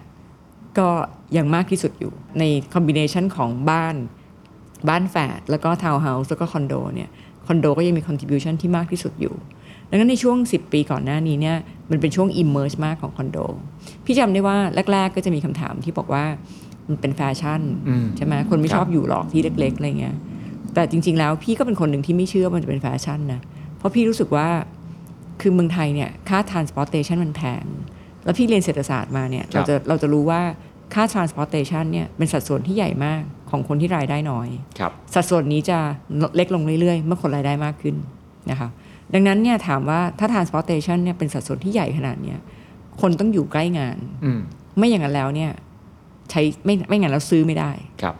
Speaker 1: ก็ยังมากที่สุดอยู่ในคอมบิเนชันของบ้าน บ้านแฝดแล้วก็ทาวน์เฮาส์แล้วก็คอนโดเนี่ยคอนโดก็ยังมีคอนทิบิวชันที่มากที่สุดอยู่ ดังนั้นในช่วง 10 ปีก่อนหน้านี้เนี่ยมันเป็นช่วงอิมเมอร์มากของคอนโด พี่จำได้ว่าแรก ๆ ก็จะมีคำถามที่บอกว่ามันเป็นแฟชั่น
Speaker 3: อืม
Speaker 1: ใช่ไหมคนไม่
Speaker 3: ค
Speaker 1: ช
Speaker 3: รับ
Speaker 1: อบอยู่หรอกที่เล็กๆอะไรเงี้ยแต่จริง ๆ แล้วพี่ก็เป็นคนหนึ่งที่ไม่เชื่อว่ามันจะเป็นแฟชั่นนะเพราะพี่รู้สึกว่าคือเมืองไทยเนี่ยค่า transportation มันแพง แล้วพี่เรียนเศรษฐศาสตร์มาเนี่ย
Speaker 3: ครั
Speaker 1: เรา
Speaker 3: บ
Speaker 1: จะเราจะรู้ว่าค่า transportation เนี่ยเป็นสัดส่วนที่ใหญ่มากของคนที่รายได้น้อย
Speaker 3: ครับ
Speaker 1: สัดส่วนนี้จะเล็กลงเรื่อยๆ เมื่อคนรายได้มากขึ้นนะคะดังนั้นเนี่ยถามว่าถ้า transportation เนี่ยเป็นสัดส่วนที่ใหญ่ขนาดเนี้ยคนต้องอยู่ใกล้งาน
Speaker 3: อืม
Speaker 1: ไม่อย่างนั้นแล้วเนี่ยใช้ไม่ไม่งั้นแล้วซื้อไม่ได้
Speaker 3: ครับ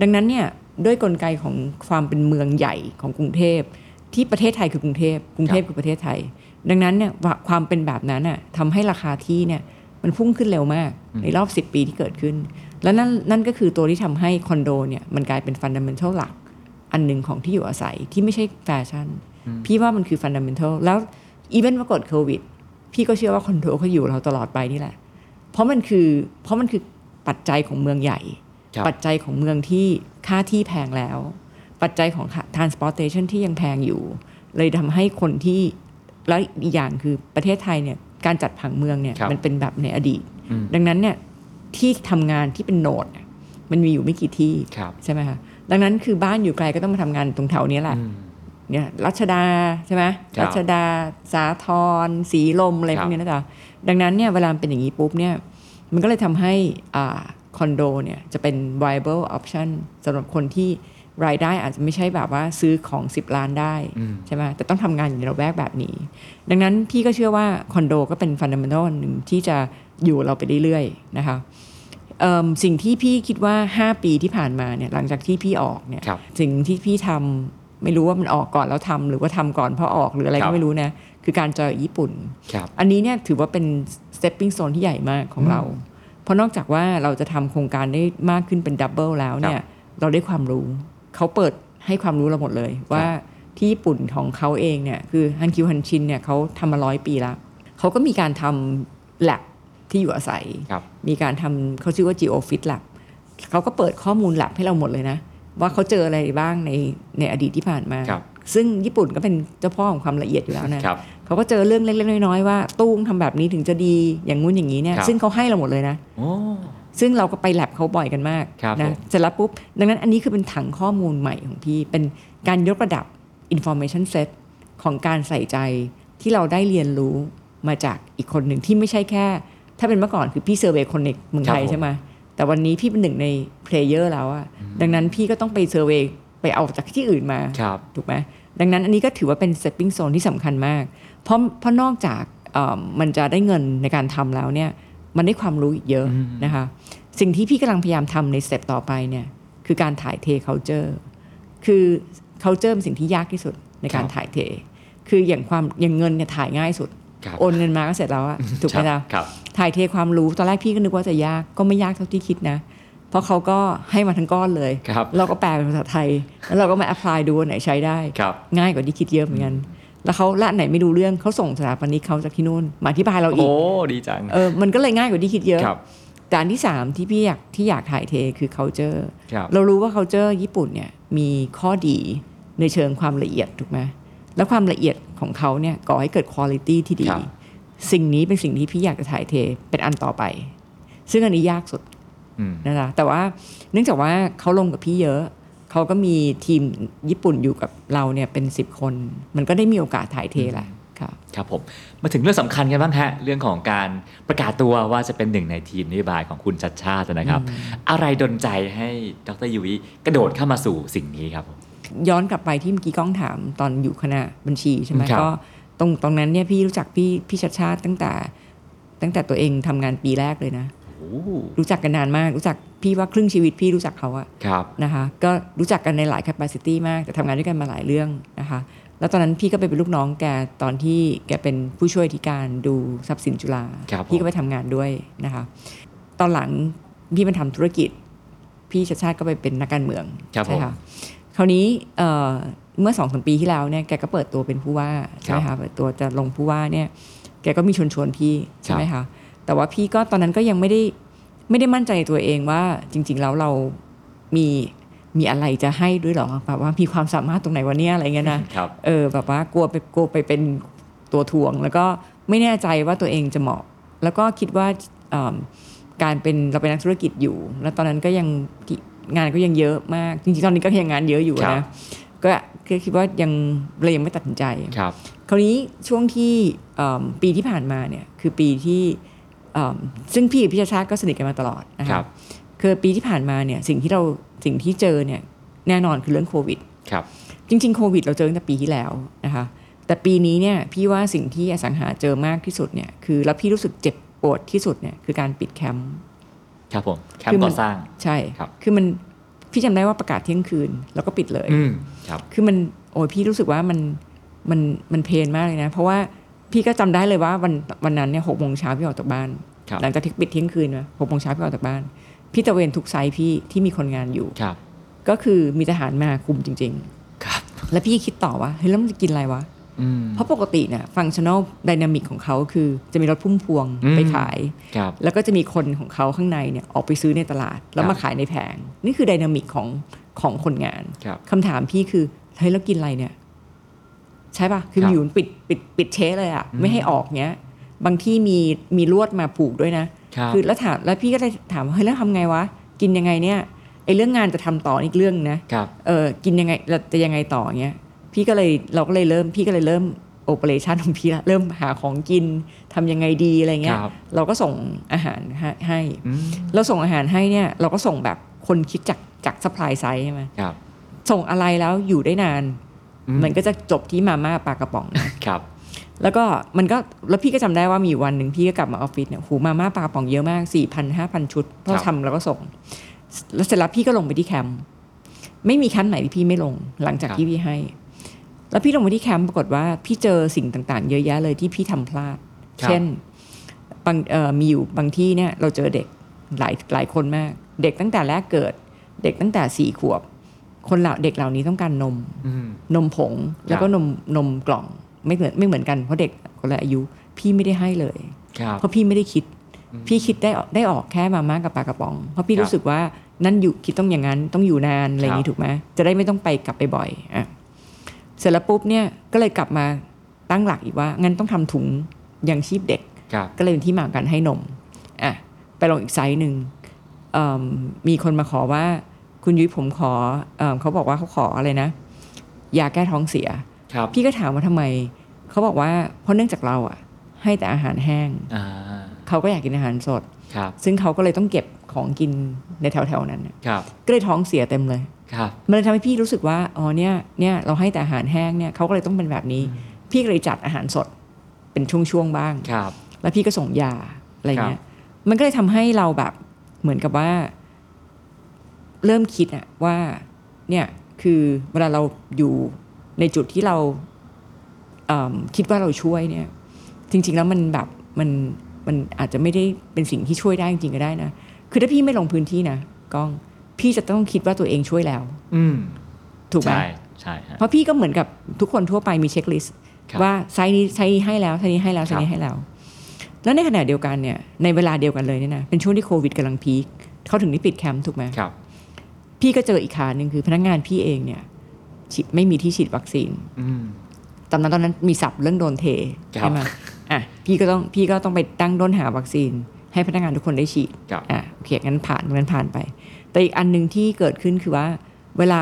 Speaker 1: ดังนั้นเนี่ยด้วยกลไกของความเป็นเมืองใหญ่ของกรุงเทพ ที่ประเทศไทยคือกรุงเทพกรุงเทพคือประเทศไทย ดังนั้นเนี่ยว่าความเป็นแบบนั้นน่ะทำให้ราคาที่เนี่ยมันพุ่งขึ้นเร็วมากในรอบ 10 ปีที่เกิดขึ้น และนั่นนั่นก็คือตัวที่ทำให้คอนโดเนี่ยมันกลายเป็นฟันดัมเบลหลัก อันหนึ่งของที่อยู่อาศัยที่ไม่ใช่แฟชั่น พี่ว่ามันคือฟันดัมเบลแล้วอีเวนต์มากดโควิด พี่ก็เชื่อว่าคอนโดเขาอยู่เราตลอดไปนี่แหละ เพราะมันคือเพราะมันคือปัจจัยของเมืองใหญ่
Speaker 3: ครับ
Speaker 1: ปัจจัยของเมืองที่ค่าที่แพงแล้ว ปัจจัยของค่า transportation ที่ยังแพงอยู่ เลยทำให้คนที่แล้วอีกอย่างคือประเทศไทยเนี่ยการจัดผังเมืองเนี่ย
Speaker 3: ครับ
Speaker 1: มันเป็นแบบในอดีต
Speaker 3: อืม
Speaker 1: ดังนั้นเนี่ยที่ทำงานที่เป็นโหนดเนี่ยมันมีอยู่ไม่กี่ที่
Speaker 3: ครับ
Speaker 1: ใช่ไหมคะดังนั้นคือบ้านอยู่ไกลก็ต้องมาทำงานตรงแถวเนี้ยแหละเนี่ยรัชดาใช่ไหม
Speaker 3: ครับ
Speaker 1: รัชดา สาทรสีลมอะไร
Speaker 3: ค
Speaker 1: พ
Speaker 3: รับ
Speaker 1: วกเนี้ยนะจ๊ะดังนั้นเนี่ยเวลามันเป็นอย่างนี้ปุ๊บเนี่ยมันก็เลยทำให้อ่าคอนโดเนี่ยจะเป็น viable option สำหรับคนที่รายได้อาจจะไม่ใช่แบบว่าซื้อของ 10 ล้านได้ ใช่ไหมแต่ต้องทำงานอยู่ในระแวกแบบนี้ ดังนั้นพี่ก็เชื่อว่าคอนโดก็เป็นฟันดัมเบลหนึ่งที่จะอยู่เราไปเรื่อยๆนะคะ เอิ่มสิ่งที่พี่คิดว่า 5 ปีที่ผ่านมาเนี่ยหลังจากที่พี่ออกเนี่ย
Speaker 3: ครับ
Speaker 1: สิ่งที่พี่ทำไม่รู้ว่ามันออกก่อนแล้วทำหรือว่าทำก่อนเพราะออกหรืออะไร
Speaker 3: ครั
Speaker 1: ก็
Speaker 3: บ
Speaker 1: ไม่รู้นะ คือการเจอญี่ปุ่น
Speaker 3: ครับ
Speaker 1: อันนี้เนี่ยถือว่าเป็น stepping zone ที่ใหญ่มากของเรา เพราะนอกจากว่าเราจะทำโครงการได้มากขึ้นเป็นดับเบิลแล้วเนี่ยเราได้ความรู้ เขาเปิดให้ความรู้เราหมดเลย ว่าที่ญี่ปุ่นของเขาเองเนี่ยคือฮันคิวฮันชินเนี่ยเขาทำมาร้อยปีละเขาก็มีการทำแลบที่อยู่อาศัย
Speaker 3: ครับ
Speaker 1: มีการทำเขาชื่อว่า GeoFit Lab เขาก็เปิดข้อมูล lab ให้เราหมดเลยนะ ว่าเขาเจออะไรบ้างในในอดีตที่ผ่านมา
Speaker 3: ครับ
Speaker 1: ซึ่งญี่ปุ่นก็เป็นเจ้าพ่อของความละเอียดอยู่แล้วนะ
Speaker 3: ครับ
Speaker 1: เขาก็เจอเรื่องเล็กๆน้อยๆว่าตู้ทำแบบนี้ถึงจะดีอย่างงู้นอย่างนี้เนี่ย
Speaker 3: ครับ
Speaker 1: ซึ่งเขาให้เราหมดเลยนะ
Speaker 3: โอ้
Speaker 1: ซึ่งเราก็ไปแลบเขาบ่อยกันมาก
Speaker 3: ครับผ
Speaker 1: นะ
Speaker 3: ม
Speaker 1: เสร็จแล้วปุ๊บ ดังนั้นอันนี้คือเป็นถังข้อมูลใหม่ของพี่ เป็นการยกระดับ information set ของการใส่ใจที่เราได้เรียนรู้มาจากอีกคนหนึ่งที่ไม่ใช่แค่ ถ้าเป็นเมื่อก่อนคือพี่เซอร์เวย์คนในเมืองไทยใช่ไหมแต่วันนี้พี่เป็นหนึ่งในเพลเยอร์แล้วอะดังนั้นพี่ก็ต้องไปเซอร์เวย์ไปเอาจากที่อื่นมา
Speaker 3: ครับ
Speaker 1: ถูกไหมดังนั้นอันนี้ก็ถือว่าเป็น stepping zone ที่สำคัญมาก เพราะเพราะนอกจากเอ่อมันจะได้เงินในการทำแล้วเนี่ยมันได้ความรู้อีกเยอะนะคะสิ่งที่พี่กำลังพยายามทำในสเต็ปต่อไปเนี่ยคือการถ่ายเท culture คือ culture เป็นสิ่งที่ยากที่สุดในการ
Speaker 3: ครับ
Speaker 1: ถ่ายเท คืออย่างความอย่างเงินเนี่ยถ่ายง่ายสุด
Speaker 3: ครับ
Speaker 1: โอนเงินมาก็เสร็จแล้วอะถูกไหม
Speaker 3: ครั
Speaker 1: ล่ะ
Speaker 3: บครับ
Speaker 1: ถ่ายเทความรู้ตอนแรกพี่ก็นึกว่าจะยากก็ไม่ยากเท่าที่คิดนะ เพราะเขาก็ให้มาทั้งก้อนเลย
Speaker 3: ครับ
Speaker 1: เราก็แปลเป็นภาษาไทย แล้วเราก็มา a p พลายดูอันไหนใช้ได้
Speaker 3: ครับ
Speaker 1: ง่ายกว่าที่คิดเยอะเหมือนกันแล้วเขาละอันไหนไม่รู้เรื่องเขาส่งสถาปนิกเขาจากที่นู่นมาอธิบายเราอีก
Speaker 3: โอ้ ดีจัง
Speaker 1: เออมันก็เลยง่ายกว่าที่คิดเยอะ
Speaker 3: ครับ
Speaker 1: แต่อันที่สามที่พี่อยากที่อยากถ่ายเทคือ culture
Speaker 3: ครับ
Speaker 1: เรารู้ว่า culture ญี่ปุ่นเนี่ยมีข้อดีในเชิงความละเอียดถูกไหมแล้วความละเอียดของเขาเนี่ยก่อให้เกิด quality ที่ดี
Speaker 3: ครับ
Speaker 1: สิ่งนี้เป็นสิ่งที่พี่อยากจะถ่ายเทเป็นอันต่อไป ซึ่งอันนี้ยากสุด
Speaker 3: อืม
Speaker 1: นะจ๊ะแต่ว่าเนื่องจากว่าเขาลงกับพี่เยอะ เขาก็มีทีมญี่ปุ่นอยู่กับเราเนี่ยเป็น 10 คน มันก็ได้มีโอกาสถ่ายเทแหละค่ะ
Speaker 3: ครับผม มาถึงเรื่องสำคัญกันบ้างฮะ เรื่องของการประกาศตัวว่าจะเป็นหนึ่งในทีมนโยบายของคุณชัดชาตินะครับ อะไรดนใจให้ดรยุ้ยกระโดดเข้ามาสู่สิ่งนี้ครับผม
Speaker 1: ย้อนกลับไปที่เมื่อกี้ก้องถามตอนอยู่คณะบัญชีใช่ไหม
Speaker 3: ครับ
Speaker 1: ก็ตรงตรงนั้นเนี่ยพี่รู้จักพี่พี่ชัดชาติตั้งแต่ ตั้งแต่ตัวเองทำงานปีแรกเลยนะ รู้จักกันนานมาก รู้จักพี่ว่าครึ่งชีวิตพี่รู้จักเขาอะ
Speaker 3: ครับ
Speaker 1: นะคะก็รู้จักกันในหลาย capacity มาก แต่ทำงานด้วยกันมาหลายเรื่องนะคะ แล้วตอนนั้นพี่ก็ไปเป็นลูกน้องแกตอนที่แกเป็นผู้ช่วยที่การดูทรัพย์สินจุฬา
Speaker 3: ครับผม
Speaker 1: พี่ก็ไปทำงานด้วยนะคะ ตอนหลังพี่มาทำธุรกิจ พี่ชาชาติก็ไปเป็นนักการเมือง
Speaker 3: ครับ
Speaker 1: ใช่
Speaker 3: ผม
Speaker 1: ค่ะคราวนี้เอ่อเมื่อสองสามปีที่แล้วเนี่ยแกก็เปิดตัวเป็นผู้ว่าใช่ไหมคะเปิดตัวจะลงผู้ว่าเนี่ยแกก็มีชวนชวนๆพี่ใช่ไหมคะแต่ว่าพี่ก็ตอนนั้นก็ยังไม่ได้ไม่ได้มั่นใจในตัวเองว่าจริง ๆ แล้วเรามีมีอะไรจะให้ ด้วยเหรอแบบว่ามีความสามารถตรงไหนวะเนี่ยอะไรเงี้ยนะ
Speaker 3: ครับ
Speaker 1: เออแบบว่ากลัวไปกลัวไปเป็น ตัวทวง แล้วก็ไม่แน่ใจว่าตัวเองจะเหมาะ แล้วก็คิดว่าเอิ่มการเป็นเราเป็นนักธุรกิจอยู่ แล้วตอนนั้นก็ยังงานก็ยังเยอะมาก จริงๆตอนนี้ก็ยังงานเยอะอยู่
Speaker 3: ครับ
Speaker 1: นะก็ก็คิดว่ายังเรายังไม่ตัดสินใจ
Speaker 3: ครับ
Speaker 1: คราวนี้ช่วงที่เอิ่มปีที่ผ่านมาเนี่ยคือปีที่เอิ่มซึ่งพี่กับพี่ชาชาติก็สนิทกันมาตลอดนะ
Speaker 3: ค
Speaker 1: ค
Speaker 3: รั
Speaker 1: รับ บคือปีที่ผ่านมาเนี่ยสิ่งที่เราสิ่งที่เจอเนี่ยแน่นอนคือเรื่องโควิด
Speaker 3: ครับ
Speaker 1: จริงๆโควิดเราเจอตั้งแต่ปีที่แล้วนะคะแต่ปีนี้เนี่ยพี่ว่าสิ่งที่อสังหาเจอมากที่สุดเนี่ยคือแล้วพี่รู้สึกเจ็บปวดที่สุดเนี่ยคือการปิดแคมป์
Speaker 3: ครับผมแคม
Speaker 1: คือ
Speaker 3: ป์
Speaker 1: มัน
Speaker 3: ก่อสร้าง
Speaker 1: ใช่
Speaker 3: ครับ
Speaker 1: คือมันพี่จำได้ว่าประกาศเที่ยงคืน แล้วก็ปิดเลย
Speaker 3: อืมครับ
Speaker 1: คือมันโอ้ยพี่รู้สึกว่ามันมันมันเพลนมากเลยนะ เพราะว่าพี่ก็จำได้เลยว่าวันวันนั้นเนี่ยหกโมงเช้าพี่ออกจากบ้าน
Speaker 3: ครับ
Speaker 1: หลังจากที่ปิดเที่ยงคืนนะหกโมงเช้าพี่ออกจากบ้าน พี่ตะเวนทุกไซต์พี่ที่มีคนงานอยู่
Speaker 3: ครับ
Speaker 1: ก็คือมีทหารมาคุมจริง
Speaker 3: ครับ
Speaker 1: ๆ แล้วพี่คิดต่อว่าเฮ้ยแล้วมันจะกินอะไรวะ
Speaker 3: อืม
Speaker 1: เพราะปกติเนี่ยฟังชั่นอลดินามิกของเขาคือจะมีรถพุ่มพวง
Speaker 3: อืม
Speaker 1: ไปขาย
Speaker 3: ครับ
Speaker 1: แล้วก็จะมีคนของเขาข้างในเนี่ยออกไปซื้อในตลาด แล้ว
Speaker 3: ครั
Speaker 1: มา
Speaker 3: บ
Speaker 1: ขายในแผง นี่คือดินามิกของของคนงาน
Speaker 3: ครับ
Speaker 1: คำถามพี่คือเฮ้ยแล้วกินอะไรเนี่ย ใช่ปะ่ะ คือ
Speaker 3: ครับ
Speaker 1: อยู่ปิดปิดปิดเชะเลยอะไม่ให้ออกเนี้ย บางที่มีมีลวดมาผูกด้วยนะครับ อแล้วถามแล้วพี่ก็เลยถามว่าเฮ้ยแล้วทำไงวะ กินยังไงเนี่ยไอ้เรื่องงานจะทำต่ออีกเรื่องนะครับ เออกินยังไงเราจะยังไงต่อเงี้ยพี่ก็เลยเราก็เลยเริ่ม พี่ก็เลยเริ่มโอเปอเรชันของพี่ละเริ่มหาของกินทำยังไงดีอะไรเงี้ย
Speaker 3: ครับ
Speaker 1: เราก็ส่งอาหารให้ให้
Speaker 3: อืม
Speaker 1: เราส่งอาหารให้เนี่ย เราก็ส่งแบบคนคิดจากจากซัพพลายไซด์ใช่ไหม
Speaker 3: ครับ
Speaker 1: ส่งอะไรแล้วอยู่ได้นาน
Speaker 3: อื
Speaker 1: มันก็จะจบที่มาม่าปลากระป๋องนะครับ แล้วก็มันก็แล้วพี่ก็จำได้ว่ามีวันหนึ่งพี่ก็กลับมาออฟฟิศเนี่ยหูมาม่าปลากระป๋องเยอะมาก4ี่พันห้าพันชุดเพ
Speaker 3: ครั
Speaker 1: ราะ
Speaker 3: บ
Speaker 1: ทำแล้วก็ส่ง แล้วเสร็จแล้วพี่ก็ลงไปที่แคมป์ไม่มีแคมป์ไหนที่พี่ไม่ลงหลังจากที่พี่ให้ แล้วพี่ลงไปที่แคมป์ปรากฏว่าพี่เจอสิ่งต่างๆ เยอะแยะเลยที่พี่ทำพลาด เช่นบางเอ่อมีอยู่บางที่เนี่ยเราเจอเด็กหลายหลายคนมาก เด็กตั้งแต่แรกเกิด เด็กตั้งแต่สี่ขวบ คนเหล่าเด็กเหล่านี้ต้องการนม
Speaker 3: อืม
Speaker 1: นมผงแล้วก็นมนมกล่องไม่เหมือนไม่เหมือนกันเพราะเด็กคนละอายุ พี่ไม่ได้ให้เลย
Speaker 3: ครับ
Speaker 1: เพราะพี่ไม่ได้คิด พี่คิดได้ออกได้ออกแค่มาม่ากับปลากระป๋อง เพราะพี่
Speaker 3: ครับ
Speaker 1: รู้สึกว่านั่นอยู่คิดต้องอย่างนั้นต้องอยู่นานอะไรอย่าง
Speaker 3: ครั
Speaker 1: นี้
Speaker 3: บ
Speaker 1: ถูกไหมจะได้ไม่ต้องไปกลับไปบ่อยอ่ะเสร็จแล้วปุ๊บเนี่ยก็เลยกลับมาตั้งหลักอีกว่า งั้นต้องทำถุงยังชีพเด็ก
Speaker 3: ครับ
Speaker 1: ก็เลยเป็นที่มาของการให้นมอ่ะไปลองอีกไซส์หนึ่งเอิ่มมีคนมาขอว่าคุณยุ้ยผมขอเอมเขาบอกว่าเขาขออะไรนะยาแก้ท้องเสีย
Speaker 3: ครับ
Speaker 1: พี่ก็ถามว่าทำไม เขาบอกว่าเพราะเนื่องจากเราอ่ะ ให้แต่อาหารแห้ง
Speaker 3: อ่า
Speaker 1: เขาก็อยากกินอาหารสด
Speaker 3: ครับ
Speaker 1: ซึ่งเขาก็เลยต้องเก็บของกินในแถวๆนั้นน่ะ
Speaker 3: ครับ
Speaker 1: ก็เลยท้องเสียเต็มเลย
Speaker 3: ครับ
Speaker 1: มันเลยทำให้พี่รู้สึกว่าอ๋อเนี่ยเนี่ยเราให้แต่อาหารแห้งเนี่ยเขาก็เลยต้องเป็นแบบนี้ พี่ก็เลยจัดอาหารสดเป็นช่วงๆบ้าง
Speaker 3: ครับ
Speaker 1: แล้วพี่ก็ส่งยาอะไรเงี้ย มันก็เลยทำให้เราแบบเหมือนกับว่า เริ่มคิดอะว่า เนี่ยคือเวลาเราอยู่ในจุดที่เราเอิ่มคิดว่าเราช่วยเนี่ย จริง ๆ แล้วมันแบบมันมันอาจจะไม่ได้เป็นสิ่งที่ช่วยได้จริงๆก็ได้นะ คือถ้าพี่ไม่ลงพื้นที่นะก้อง พี่จะต้องคิดว่าตัวเองช่วยแล้ว
Speaker 3: อืม
Speaker 1: ถูกไหม
Speaker 3: ใช่ ใช่ฮะ
Speaker 1: เพราะพี่ก็เหมือนกับทุกคนทั่วไปมีเช็คลิสต์
Speaker 3: ครับ
Speaker 1: ว่าไซส์นี้ไซส์นี้ให้แล้วไซส์นี้ให้แล้วไซส์นี้ให้แล้ว แล้วในขณะเดียวกันเนี่ยในเวลาเดียวกันเลยเนี่ยนะเป็นช่วงที่โควิดกำลังพีคเขาถึงได้ปิดแคมป์ถูกไหม
Speaker 3: ครับ
Speaker 1: พี่ก็เจออีกขาหนึ่งคือพนักงานพี่เองเนี่ยฉีดไม่มีที่ฉีดวัคซีน
Speaker 3: อืม
Speaker 1: ตอนนั้นตอนนั้นมีศัพท์เรื่องโดนเท
Speaker 3: ครั
Speaker 1: ใช่
Speaker 3: บ
Speaker 1: ไหมอ่ะพี่ก็ต้องพี่ก็ต้องไปตั้งด้นหาวัคซีน ให้พนักงานทุกคนได้ฉีด
Speaker 3: ครับ
Speaker 1: อ่ะโอเคงั้นผ่านงั้นผ่านไป แต่อีกอันหนึ่งที่เกิดขึ้นคือว่า เวลา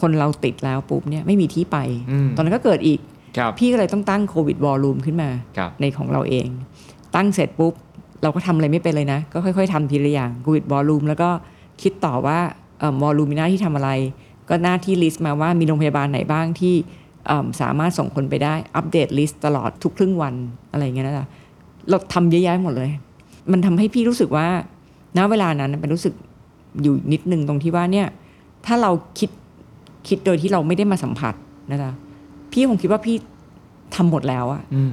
Speaker 1: คนเราติดแล้วปุ๊บเนี่ยไม่มีที่ไป
Speaker 3: อืม
Speaker 1: ตอนนั้นก็เกิดอีก
Speaker 3: ครับ
Speaker 1: พี่ก็เลยต้องตั้งโควิดวอลลุ่มขึ้นมา
Speaker 3: ครับ
Speaker 1: ในของเราเอง ตั้งเสร็จปุ๊บ เราก็ทำอะไรไม่เป็นเลยนะ ก็ค่อยๆทำทีละอย่างโควิดวอลลุ่มแล้วก็คิดต่อว่าวอลลุ่มมีหน้าที่ทำอะไร ก็หน้าที่ลิสต์มาว่ามีโรงพยาบาลไหนบ้างที่เอิ่มสามารถส่งคนไปได้อัปเดตลิสต์ตลอดทุกครึ่งวันอะไรอย่างเงี้ยนะจ๊ะเราทำเยอะแยะหมดเลย มันทำให้พี่รู้สึกว่าณเวลานั้นเป็นรู้สึกอยู่นิดนึงตรงที่ว่าเนี่ยถ้าเราคิดคิดโดยที่เราไม่ได้มาสัมผัสนะจ๊ะพี่คงคิดว่าพี่ ทำหมดแล้วอะ
Speaker 3: อืม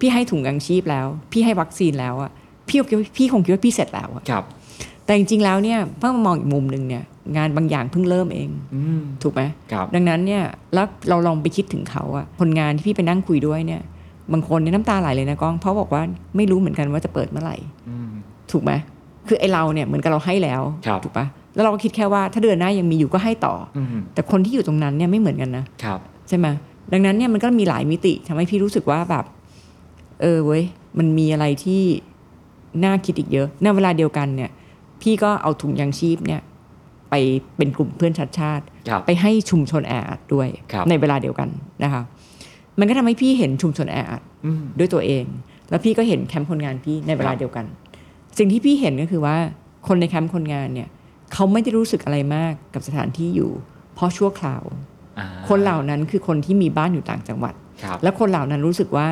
Speaker 1: พี่ให้ถุงยางชีพแล้ว พี่ให้วัคซีนแล้วอะพี่คงคิดว่าพี่คงคิดว่าพี่เสร็จแล้วอะ
Speaker 3: ครับ
Speaker 1: แต่จริงๆแล้วเนี่ยเพิ่งมามองอีกมุมหนึ่งเนี่ยงานบางอย่างเพิ่งเริ่มเอง
Speaker 3: อืม
Speaker 1: ถูกไหม
Speaker 3: ครับ
Speaker 1: ดังนั้นเนี่ยแล้วเราลองไปคิดถึงเขาอะคนงานที่พี่ไปนั่งคุยด้วยเนี่ย บางคนเนี่ยน้ำตาไหลเลยนะก้องเพราะบอกว่าไม่รู้เหมือนกันว่าจะเปิดเมื่อไหร่
Speaker 3: อืม
Speaker 1: ถูกไหมคือไอเราเนี่ยเหมือนกับเราให้แล้ว
Speaker 3: ครับ
Speaker 1: ถูกปะแล้วเราก็คิดแค่ว่าถ้าเดือนหน้ายังมีอยู่ก็ให้ต่อ
Speaker 3: อืม
Speaker 1: แต่คนที่อยู่ตรงนั้นเนี่ยไม่เหมือนกันนะ
Speaker 3: ครับ
Speaker 1: ใช่ไหมดังนั้นเนี่ยมันก็มีหลายมิติทำให้พี่รู้สึกว่าแบบ เออเว้ยมันมีอะไรที่น่าคิดอีกเยอะในเวลาเดียวกันเนี่ย พี่ก็เอาถุงยางชีพเนี่ยไปเป็นกลุ่มเพื่อนชัดชาติ
Speaker 3: ครับ
Speaker 1: ไปให้ชุมชนแออัดด้วย
Speaker 3: ครับ
Speaker 1: ในเวลาเดียวกันนะคะมันก็ทำให้พี่เห็นชุมชนแออัด
Speaker 3: อืม
Speaker 1: ด้วยตัวเอง แล้วพี่ก็เห็นแคมป์คนงานพี่ในเวลา
Speaker 3: ครับ
Speaker 1: เดียวกัน สิ่งที่พี่เห็นก็คือว่าคนในแคมป์คนงานเนี่ยเขาไม่ได้รู้สึกอะไรมากกับสถานที่อยู่ เพราะชั่วคราว
Speaker 3: อ่า
Speaker 1: คนเหล่านั้นคือคนที่มีบ้านอยู่ต่างจังหวัด
Speaker 3: ครับ
Speaker 1: และคนเหล่านั้นรู้สึกว่า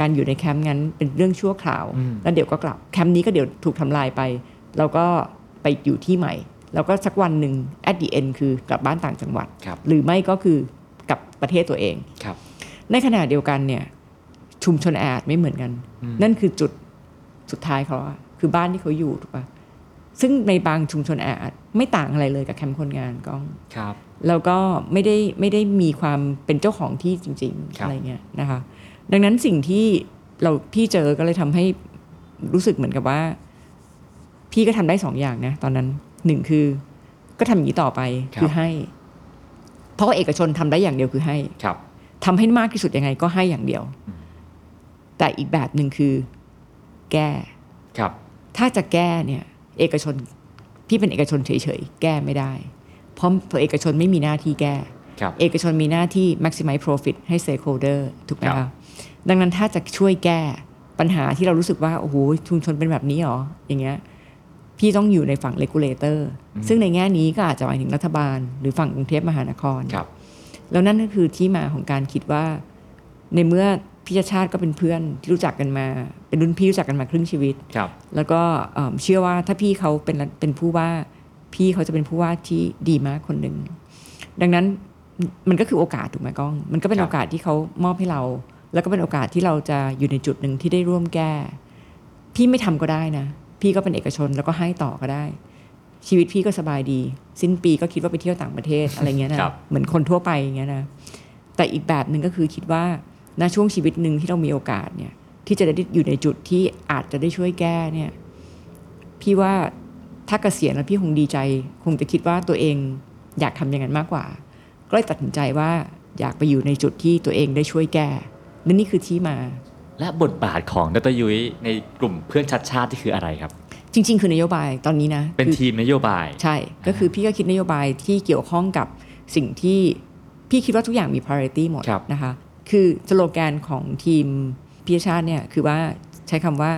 Speaker 1: การอยู่ในแคมป์นั้นเป็นเรื่องชั่วคราว
Speaker 3: อืม
Speaker 1: แล้วเดี๋ยวก็กลับแคมป์นี้ก็เดี๋ยวถูกทำลายไป แล้วก็ไปอยู่ที่ใหม่ แล้วก็สักวันหนึ่ง at the end คือกลับบ้านต่างจังหวัด
Speaker 3: ครับ
Speaker 1: หรือไม่ก็คือกลับประเทศตัวเอง
Speaker 3: ครับ
Speaker 1: ในขณะเดียวกันเนี่ยชุมชนแออัดไม่เหมือนกัน
Speaker 3: อืม
Speaker 1: นั่นคือจุดสุดท้ายเขาอะคือบ้านที่เขาอยู่ถูกปะซึ่งในบางชุมชนแออัดไม่ต่างอะไรเลยกับแคมป์คนงานกล้อง
Speaker 3: ครับ
Speaker 1: แล้วก็ไม่ได้ไม่ได้มีความเป็นเจ้าของที่จริงๆ
Speaker 3: ครับ
Speaker 1: อะไรเงี้ยนะคะ ดังนั้นสิ่งที่เราพี่เจอก็เลยทำให้รู้สึกเหมือนกับว่า พี่ก็ทำได้สองอย่างนะตอนนั้นหนึ่งคือ ก็ทำอย่างนี้ต่อไปคือให้ เพราะว่าเอกชนทำได้อย่างเดียวคือให้
Speaker 3: ครับ
Speaker 1: ทำให้มากที่สุดยังไงก็ให้อย่างเดียว
Speaker 3: อืม
Speaker 1: แต่อีกแบบหนึ่งคือแก้
Speaker 3: ครับ
Speaker 1: ถ้าจะแก้เนี่ย เอกชนพี่เป็นเอกชนเฉยๆ แก้ไม่ได้ เพราะเพราะเอกชนไม่มีหน้าที่แก้
Speaker 3: ครับ
Speaker 1: เอกชนมีหน้าที่ maximize profit ให้ stakeholder ถูกไหมคะดังนั้นถ้าจะช่วยแก้ปัญหาที่เรารู้สึกว่า โอ้โหชุมชนเป็นแบบนี้เหรอ อย่างเงี้ยพี่ต้องอยู่ในฝั่ง regulator ซึ่งในแง่นี้ก็อาจจะหมายถึงรัฐบาล หรือฝั่งกรุงเทพมหานคร
Speaker 3: ครับ
Speaker 1: แล้วนั่นก็คือที่มาของการคิดว่า ในเมื่อพี่ชาชาติก็เป็นเพื่อนที่รู้จักกันมา เป็นรุ่นพี่รู้จักกันมาครึ่งชีวิต
Speaker 3: ครับ
Speaker 1: แล้วก็เอิ่มเชื่อว่าถ้าพี่เขาเป็นเป็นผู้ว่า พี่เขาจะเป็นผู้ว่าที่ดีมากคนหนึ่งดังนั้นมันก็คือโอกาสถูกไหมก้อง มันก็เป็นโอกาสที่เขามอบให้เรา แล้วก็เป็นโอกาสที่เราจะอยู่ในจุดหนึ่งที่ได้ร่วมแก้ พี่ไม่ทำก็ได้นะ พี่ก็เป็นเอกชนแล้วก็ให้ต่อก็ได้ ชีวิตพี่ก็สบายดี สิ้นปีก็คิดว่าไปเที่ยวต่างประเท ศอะไรเงี้ยนะเหมือนคนทั่วไปอย่างเงี้ยนะแต่อีกแบบหนึ่งก็คือคิดว่าณช่วงชีวิตหนึ่งที่เรามีโอกาสเนี่ย ที่จะได้อยู่ในจุดที่อาจจะได้ช่วยแก้เนี่ย พี่ว่าถ้าเกษียณแล้วพี่คงดีใจ คงจะคิดว่าตัวเองอยากทำอย่างนั้นมากกว่า ก็เลยตัดสินใจว่าอยากไปอยู่ในจุดที่ตัวเองได้ช่วยแก้และนี่คือที่มา
Speaker 3: และบทบาทของดรยุ้ยในกลุ่มเพื่อนชัดชาติที่คืออะไรครับ
Speaker 1: จริง ๆ คือนโยบายตอนนี้นะ
Speaker 3: เป็น
Speaker 1: คือ
Speaker 3: ทีมนโยบาย
Speaker 1: ใช่ ก็คือพี่ก็คิดนโยบายที่เกี่ยวข้องกับสิ่งที่พี่คิดว่าทุกอย่างมี priority หมด
Speaker 3: ครับ
Speaker 1: นะคะ คือสโลแกนของทีมพิชาติเนี่ยคือว่าใช้คำว่า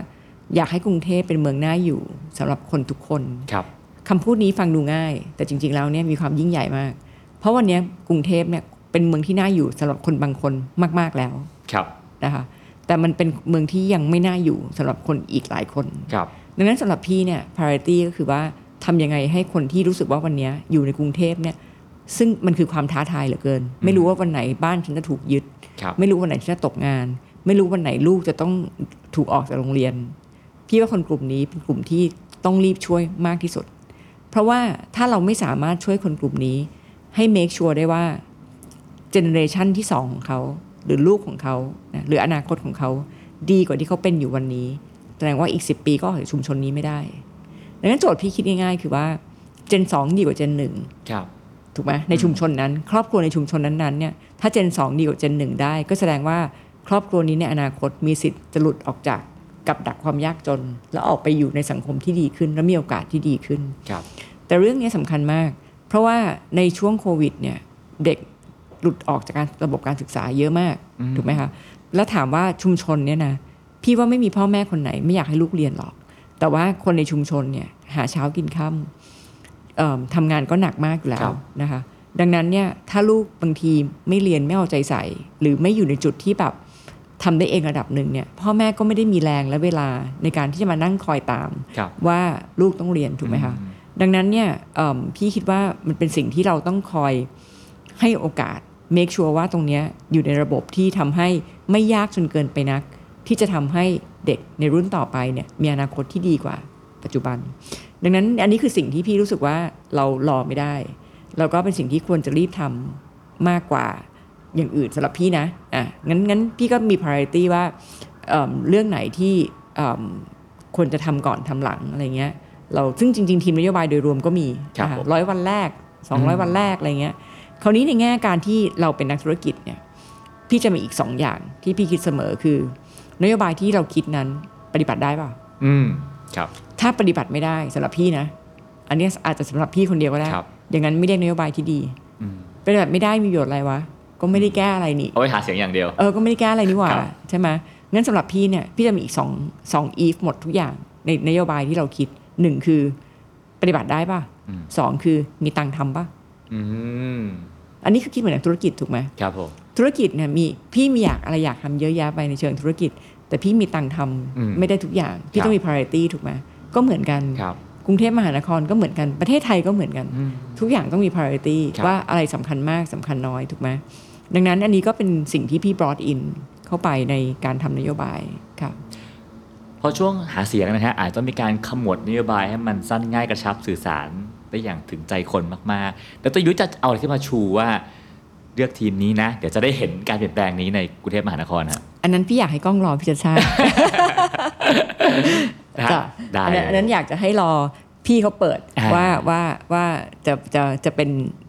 Speaker 1: อยากให้กรุงเทพเป็นเมืองน่าอยู่สำหรับคนทุกคน
Speaker 3: ครับ
Speaker 1: คำพูดนี้ฟังดูง่าย แต่จริง ๆ แล้วเนี่ยมีความยิ่งใหญ่มาก เพราะวันเนี้ยกรุงเทพเนี่ยเป็นเมืองที่น่าอยู่สำหรับคนบางคนมาก ๆ แล้ว
Speaker 3: ครับ
Speaker 1: นะคะแต่มันเป็นเมืองที่ยังไม่น่าอยู่สำหรับคนอีกหลายคน
Speaker 3: ครับ
Speaker 1: ดังนั้นสำหรับพี่เนี่ย priority ก็คือว่าทำยังไงให้คนที่รู้สึกว่าวันเนี้ยอยู่ในกรุงเทพเนี่ยซึ่งมันคือความท้าทายเหลือเกิน ไม่รู้ว่าวันไหนบ้านฉันจะถูกยึด
Speaker 3: ครับ
Speaker 1: ไม่รู้วันไหนฉันจะตกงาน ไม่รู้วันไหนลูกจะต้องถูกออกจากโรงเรียน พี่ว่าคนกลุ่มนี้เป็นกลุ่มที่ต้องรีบช่วยมากที่สุด เพราะว่าถ้าเราไม่สามารถช่วยคนกลุ่มนี้ ให้ make sure ได้ว่าเจเนอเรชันที่สองของเขาหรือลูกของเขานะหรืออนาคตของเขาดีกว่าที่เขาเป็นอยู่วันนี้ แสดงว่าอีก 10 ปีก็ออกจากชุมชนนี้ไม่ได้ดังนั้นโจทย์พี่คิดง่ายๆ คือว่าเจนสองดีกว่าเจนหนึ่ง
Speaker 3: ครับ
Speaker 1: ถูกไหมในชุมชนนั้น ครอบครัวในชุมชนนั้นๆเนี่ยถ้าเจน 2 ดีกว่าเจน 1 ได้ ก็แสดงว่าครอบครัวนี้ในอนาคตมีสิทธิ์จะหลุดออกจากกับดักความยากจน แล้วออกไปอยู่ในสังคมที่ดีขึ้น และมีโอกาสที่ดีขึ้น
Speaker 3: ครับ
Speaker 1: แต่เรื่องนี้สำคัญมาก เพราะว่าในช่วงโควิดเนี่ยเด็กหลุดออกจากการระบบการศึกษาเยอะมาก ถูกไหมคะแล้วถามว่าชุมชนเนี่ยนะพี่ว่าไม่มีพ่อแม่คนไหน ไม่อยากให้ลูกเรียนหรอก แต่ว่าคนในชุมชนเนี่ยหาเช้ากินค่ำเอิ่มทำงานก็หนักมากอยู่แล้
Speaker 3: ครั
Speaker 1: ว
Speaker 3: บ
Speaker 1: นะคะดังนั้นเนี่ยถ้าลูกบางทีไม่เรียนไม่เอาใจใส่ หรือไม่อยู่ในจุดที่แบบทำได้เองระดับหนึ่งเนี่ยพ่อแม่ก็ไม่ได้มีแรงและเวลาในการที่จะมานั่งคอยตาม
Speaker 3: ครับ
Speaker 1: ว่าลูกต้องเรียนถูกไหมคะ
Speaker 3: อื
Speaker 1: ดังนั้นเนี่ยเอิ่มพี่คิดว่ามันเป็นสิ่งที่เราต้องคอยให้โอกาส make sure ว่าตรงเนี้ยอยู่ในระบบที่ทำให้ไม่ยากจนเกินไปนัก ที่จะทำให้เด็กในรุ่นต่อไปเนี่ยมีอนาคตที่ดีกว่าปัจจุบัน ดังนั้นอันนี้คือสิ่งที่พี่รู้สึกว่าเรารอไม่ได้ แล้วก็เป็นสิ่งที่ควรจะรีบทำมากกว่าอย่างอื่นสำหรับพี่นะอ่ะงั้นงั้นพี่ก็มี priority ว่าเอิ่มเรื่องไหนที่เอิ่มควรจะทำก่อนทำหลังอะไรเงี้ย เราซึ่งจริง ๆ ทีมนโยบายโดยรวมก็มี
Speaker 3: ครับผม
Speaker 1: ร้อยวันแรก 200 วันแรกอะไรเงี้ย คราวนี้ในแง่การที่เราเป็นนักธุรกิจเนี่ยพี่จะมีอีก 2 อย่างที่พี่คิดเสมอคือ นโยบายที่เราคิดนั้นปฏิบัติได้ป่ะ
Speaker 3: อืมครับ
Speaker 1: ถ้าปฏิบัติไม่ได้สำหรับพี่นะ อันเนี้ยอาจจะสำหรับพี่คนเดียวก็ได้
Speaker 3: ครับ
Speaker 1: อย่างนั้นไม่เรียกนโยบายที่ดี
Speaker 3: อืม
Speaker 1: ปฏิบัติไม่ได้มีประโยชน์อะไรวะ ก็ไม่ได้แก้อะไรนี่
Speaker 3: เอาไว้หาเสียงอย่างเดียว
Speaker 1: เออ ก็ไม่ได้แก้อะไรนี่หว่า
Speaker 3: ครับ
Speaker 1: ใช่ไหมงั้นสำหรับพี่เนี่ย พี่จะมีอีกสองสองอีฟหมดทุกอย่างในนโยบายที่เราคิดหนึ่งคือปฏิบัติได้ป่ะสองคือมีตังค์ทำป่ะ
Speaker 3: อืม
Speaker 1: อันนี้คือคิดเหมือนนักธุรกิจถูกไหม
Speaker 3: ครับผม
Speaker 1: ธุรกิจเนี่ยมีพี่มีอยากอะไรอยากทำเยอะแยะไปในเชิงธุรกิจ แต่พี่มีตังค์ท
Speaker 3: อืม
Speaker 1: ำไม่ได้ทุกอย่าง พี่
Speaker 3: ครับ
Speaker 1: ต้องมี priority ถูกไหมก็เหมือนกัน
Speaker 3: ครับ
Speaker 1: กรุงเทพมหานครก็เหมือนกันประเทศไทยก็เหมือนกัน
Speaker 3: อืม
Speaker 1: ทุกอย่างต้องมี priority
Speaker 3: ครับ
Speaker 1: ว่าอะไรสำคัญมากสำคัญน้อยถูกไหมดังนั้นอันนี้ก็เป็นสิ่งที่พี่ brought in เข้าไปในการทำนโยบายค่ะ
Speaker 3: พอช่วงหาเสียงนะฮะอาจจะต้องมีการขมวดนโยบายให้มันสั้นง่ายกระชับสื่อสารได้อย่างถึงใจคนมากๆ แต่ตัวยุทธจะเอาอะไรขึ้นมาชูว่าเลือกทีมนี้นะ เดี๋ยวจะได้เห็นการเปลี่ยนแปลงนี้ในกรุงเทพมหานครฮะ
Speaker 1: อันนั้นพี่อยากให้กล้องรอพี่จะชา ติ
Speaker 3: นะฮะ
Speaker 1: จ้ะ
Speaker 3: ได้
Speaker 1: อันนั้นอันนั้น
Speaker 3: เลย
Speaker 1: อยากจะให้รอพี่เขาเปิด
Speaker 3: อ่า
Speaker 1: ว่าว่าว่าจะจะจะเป็น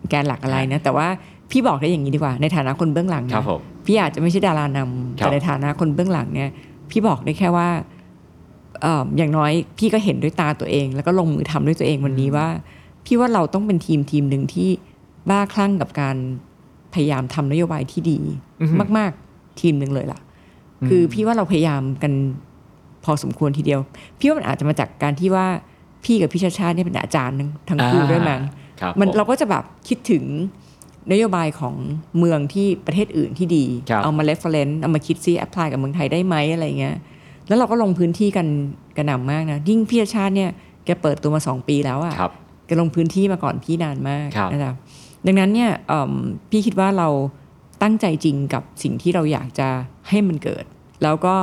Speaker 1: แกนหลักอะไรนะ แต่ว่าพี่บอกได้อย่างนี้ดีกว่าในฐานะคนเบื้องหลังนะครับ
Speaker 3: ผม
Speaker 1: พี่อาจจะไม่ใช่ดารานำ
Speaker 3: ครับ
Speaker 1: แต่ในฐานะคนเบื้องหลังเนี่ย พี่บอกได้แค่ว่าเอ่ออย่างน้อยพี่ก็เห็นด้วยตาตัวเอง แล้วก็ลงมือทำด้วยตัวเองวันนี้ว่า พี่ว่าเราต้องเป็นทีมทีมหนึ่งที่บ้าคลั่งกับการพยายามทำนโยบายที่ดีมากๆทีมหนึ่งเลยล่ะ คือพี่ว่าเราพยายามกันพอสมควรทีเดียว พี่ว่ามันอาจจะมาจากการที่ว่าพี่กับพี่ชาชาติเนี่ยเป็นอาจารย์ทั้งคู่ด้วยมั้ง
Speaker 3: ครับ
Speaker 1: มัน
Speaker 3: ผ
Speaker 1: เราก็จะแบบคิดถึงนโยบายของเมืองที่ประเทศอื่นที่ดี
Speaker 3: ครับ
Speaker 1: เอามา reference เอามาคิดซิ apply กับเมืองไทยได้ไหมอะไรเงี้ยแล้วเราก็ลงพื้นที่กันกระหน่ำมากนะ ยิ่งพี่ชาติเนี่ยแกเปิดตัวมา 2 ปีแล้วอะ
Speaker 3: ครับ
Speaker 1: แกลงพื้นที่มาก่อนพี่นานมาก
Speaker 3: ครับ
Speaker 1: นะครับดังนั้นเนี่ยเอิ่มพี่คิดว่าเราตั้งใจจริงกับสิ่งที่เราอยากจะให้มันเกิด แล้วก็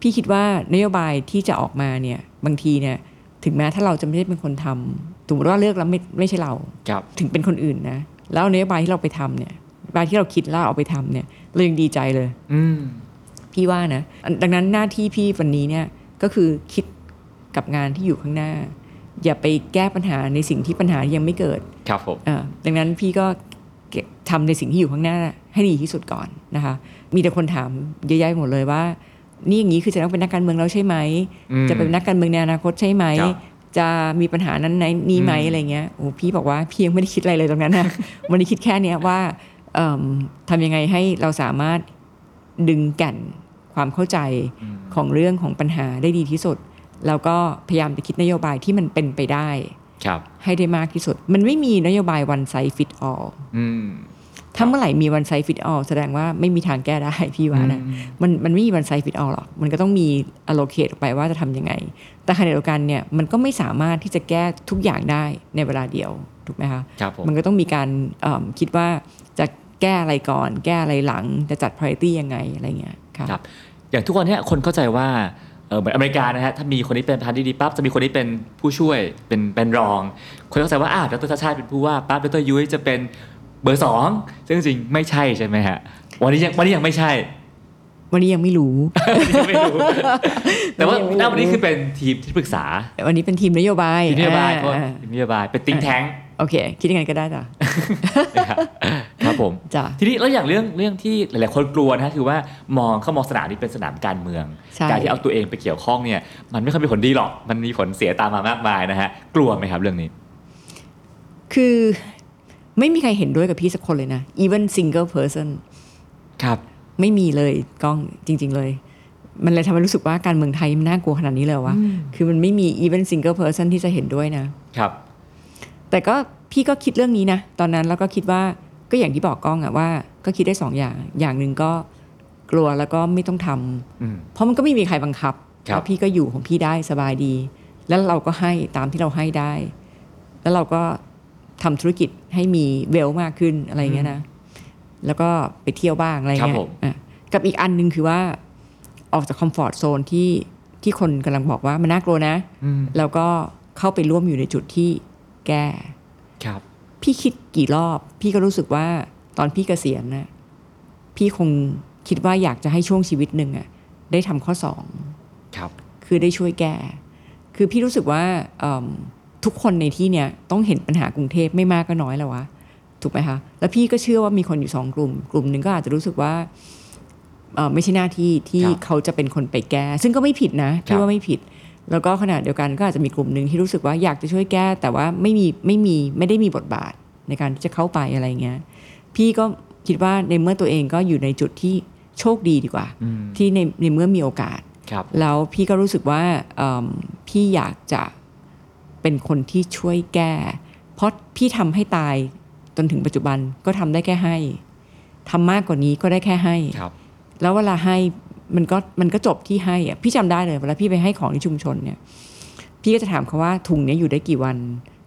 Speaker 1: พี่คิดว่านโยบายที่จะออกมาเนี่ยบางทีเนี่ยถึงแม้ถ้าเราจะไม่ได้เป็นคนทำสมมติว่าเลือกแล้วไม่ไม่ใช่เรา
Speaker 3: ครับ
Speaker 1: ถึงเป็นคนอื่นนะ แล้วเอานโยบายที่เราไปทำเนี่ยนโยบายที่เราคิดแล้วเอาไปทำเนี่ยเรายังดีใจเลย
Speaker 3: อืม
Speaker 1: พี่ว่านะอันดังนั้นหน้าที่พี่วันนี้เนี่ยก็คือคิดกับงานที่อยู่ข้างหน้า อย่าไปแก้ปัญหาในสิ่งที่ปัญหายังไม่เกิด
Speaker 3: ครับผม
Speaker 1: เอ่อดังนั้นพี่ก็เก็บทำในสิ่งที่อยู่ข้างหน้าให้ดีที่สุดก่อนนะคะ มีแต่คนถามเยอะแยะหมดเลยว่า นี่อย่างนี้คือจะต้องเป็นนักการเมืองแล้วใช่ไหม
Speaker 3: อืม
Speaker 1: จะเป็นนักการเมืองในอนาคตใช่ไหม
Speaker 3: ครับ
Speaker 1: จะมีปัญหานั้นไหนนี้ไหม
Speaker 3: อืม
Speaker 1: อะไรเงี้ย โอ้พี่บอกว่าพี่ยังไม่ได้คิดอะไรเลยตรงนั้นนะ วันนี้คิดแค่เนี้ยว่าเอิ่มทำยังไงให้เราสามารถดึงแก่นความเข้าใจ
Speaker 3: อืม
Speaker 1: ของเรื่องของปัญหาได้ดีที่สุด แล้วก็พยายามจะคิดนโยบายที่มันเป็นไปได้
Speaker 3: ครับ
Speaker 1: ให้ได้มากที่สุด มันไม่มีนโยบาย one size fit all
Speaker 3: อืม
Speaker 1: ถ้าเมื่อไหร่มี one size fit all แสดงว่าไม่มีทางแก้ได้ พี่ว่านะ มันมันไม่มี one size fit all หรอก มันก็ต้องมี allocate ออกไปว่าจะทำยังไง แต่ขณะเดียวกันเนี่ยมันก็ไม่สามารถที่จะแก้ทุกอย่างได้ในเวลาเดียว ถูกไหมคะ
Speaker 3: ครับผม
Speaker 1: มันก็ต้องมีการเอิ่มคิดว่าจะแก้อะไรก่อน แก้อะไรหลัง จะจัด priority ยังไง อะไรเงี้ยค่ะ
Speaker 3: ครับ อย่างทุกวันเนี้ยคนเข้าใจว่าเออเหมือนอเมริกานะฮะ ถ้ามีคนที่เป็นประธานที่ดีปั๊บ จะมีคนที่เป็นผู้ช่วย เป็นเป็นรอง คนเข้าใจว่าอ่าดรชาติชาติเป็นผู้ว่าปั๊บดรยุ้ยจะเป็นเบอร์สองซึ่งจริงๆไม่ใช่ใช่ไหมฮะ วันนี้ยังวันนี้ยังไม่ใช่
Speaker 1: วันนี้ยังไม่รู้
Speaker 3: ไม่ รู้ แต่ว่าณวันนี้คือเป็นทีมที่ปรึกษา
Speaker 1: วันนี้เป็นทีมนโยบาย
Speaker 3: ทีมนโยบายเพ
Speaker 1: อ่
Speaker 3: ราะทีมนโยบายเป็นติ้งแท้ง
Speaker 1: โอเค คิดยังไงก็ได้จ้ะ
Speaker 3: นะครับครับผม
Speaker 1: จ้ะ
Speaker 3: ทีนี้แล้วอย่างเรื่องเรื่องที่หลาย ๆ คนกลัวนะคือว่ามองเข้ามองสนามนี้เป็นสนามการเมือง
Speaker 1: ใช่
Speaker 3: การที่เอาตัวเองไปเกี่ยวข้องเนี่ยมันไม่ค่อยมีผลดีหรอกมันมีผลเสียตามมามากมายนะฮะกลัวไหมครับเรื่องนี้
Speaker 1: คือไม่มีใครเห็นด้วยกับพี่สักคนเลยนะ even single person
Speaker 3: ครับ
Speaker 1: ไม่มีเลยกล้องจริง ๆเลย มันเลยทำให้รู้สึกว่าการเมืองไทยมันน่ากลัวขนาดนี้เลยเหรอวะ คือมันไม่มี even single person ที่จะเห็นด้วยนะ
Speaker 3: ครับ
Speaker 1: แต่ก็พี่ก็คิดเรื่องนี้นะ ตอนนั้นแล้วก็คิดว่าก็อย่างที่บอกกล้องอะว่า ก็คิดได้สองอย่าง อย่างหนึ่งก็กลัวแล้วก็ไม่ต้องทำ
Speaker 3: อืม
Speaker 1: เพราะมันก็ไม่มีใครบังคับ
Speaker 3: ครับ
Speaker 1: แล้วพี่ก็อยู่ของพี่ได้สบายดี แล้วเราก็ให้ตามที่เราให้ได้ แล้วเราก็ทำธุรกิจให้มีเวลมากขึ้นอะไรอย่างเงี้ยนะ แล้วก็ไปเที่ยวบ้างอะไร
Speaker 3: ครับ
Speaker 1: เงี้ย
Speaker 3: ผม
Speaker 1: อ่ะกับอีกอันหนึ่งคือว่าออกจากคอมฟอร์ทโซนที่ที่คนกำลังบอกว่ามันน่ากลัวนะ
Speaker 3: อืม
Speaker 1: แล้วก็เข้าไปร่วมอยู่ในจุดที่แก้
Speaker 3: ครับ
Speaker 1: พี่คิดกี่รอบ พี่ก็รู้สึกว่าตอนพี่เกษียณนะพี่คงคิดว่าอยากจะให้ช่วงชีวิตหนึ่งอะได้ทำข้อสอง
Speaker 3: ครับ
Speaker 1: คือได้ช่วยแก้ คือพี่รู้สึกว่าเอิ่มทุกคนในที่เนี้ยต้องเห็นปัญหากรุงเทพไม่มากก็น้อยแล้ววะ ถูกไหมคะ แล้วพี่ก็เชื่อว่ามีคนอยู่สองกลุ่ม กลุ่มหนึ่งก็อาจจะรู้สึกว่า เอ่อไม่ใช่หน้าที่ที่
Speaker 3: ครับ
Speaker 1: เขาจะเป็นคนไปแก้ ซึ่งก็ไม่ผิดนะ
Speaker 3: ครั
Speaker 1: พี่
Speaker 3: บ
Speaker 1: ว่าไม่ผิด แล้วก็ขณะเดียวกันก็อาจจะมีกลุ่มหนึ่งที่รู้สึกว่าอยากจะช่วยแก้ แต่ว่าไม่มีไม่มีไม่ได้มีบทบาทในการที่จะเข้าไปอะไรเงี้ยพี่ก็คิดว่าในเมื่อตัวเองก็อยู่ในจุดที่โชคดีดีกว่า
Speaker 3: อืม
Speaker 1: ที่ในในเมื่อมีโอกาส
Speaker 3: ครับ
Speaker 1: แล้วพี่ก็รู้สึกว่าเอิ่มพี่อยากจะเป็นคนที่ช่วยแก้ เพราะพี่ทำให้ตายจนถึงปัจจุบันก็ทำได้แค่ให้ทำมากกว่านี้ก็ได้แค่ให้
Speaker 3: ครับ
Speaker 1: แล้วเวลาให้มันก็มันก็จบที่ให้อะพี่จำได้เลยเวลาพี่ไปให้ของที่ชุมชนเนี่ย พี่ก็จะถามเขาว่าถุงเนี้ยอยู่ได้กี่วัน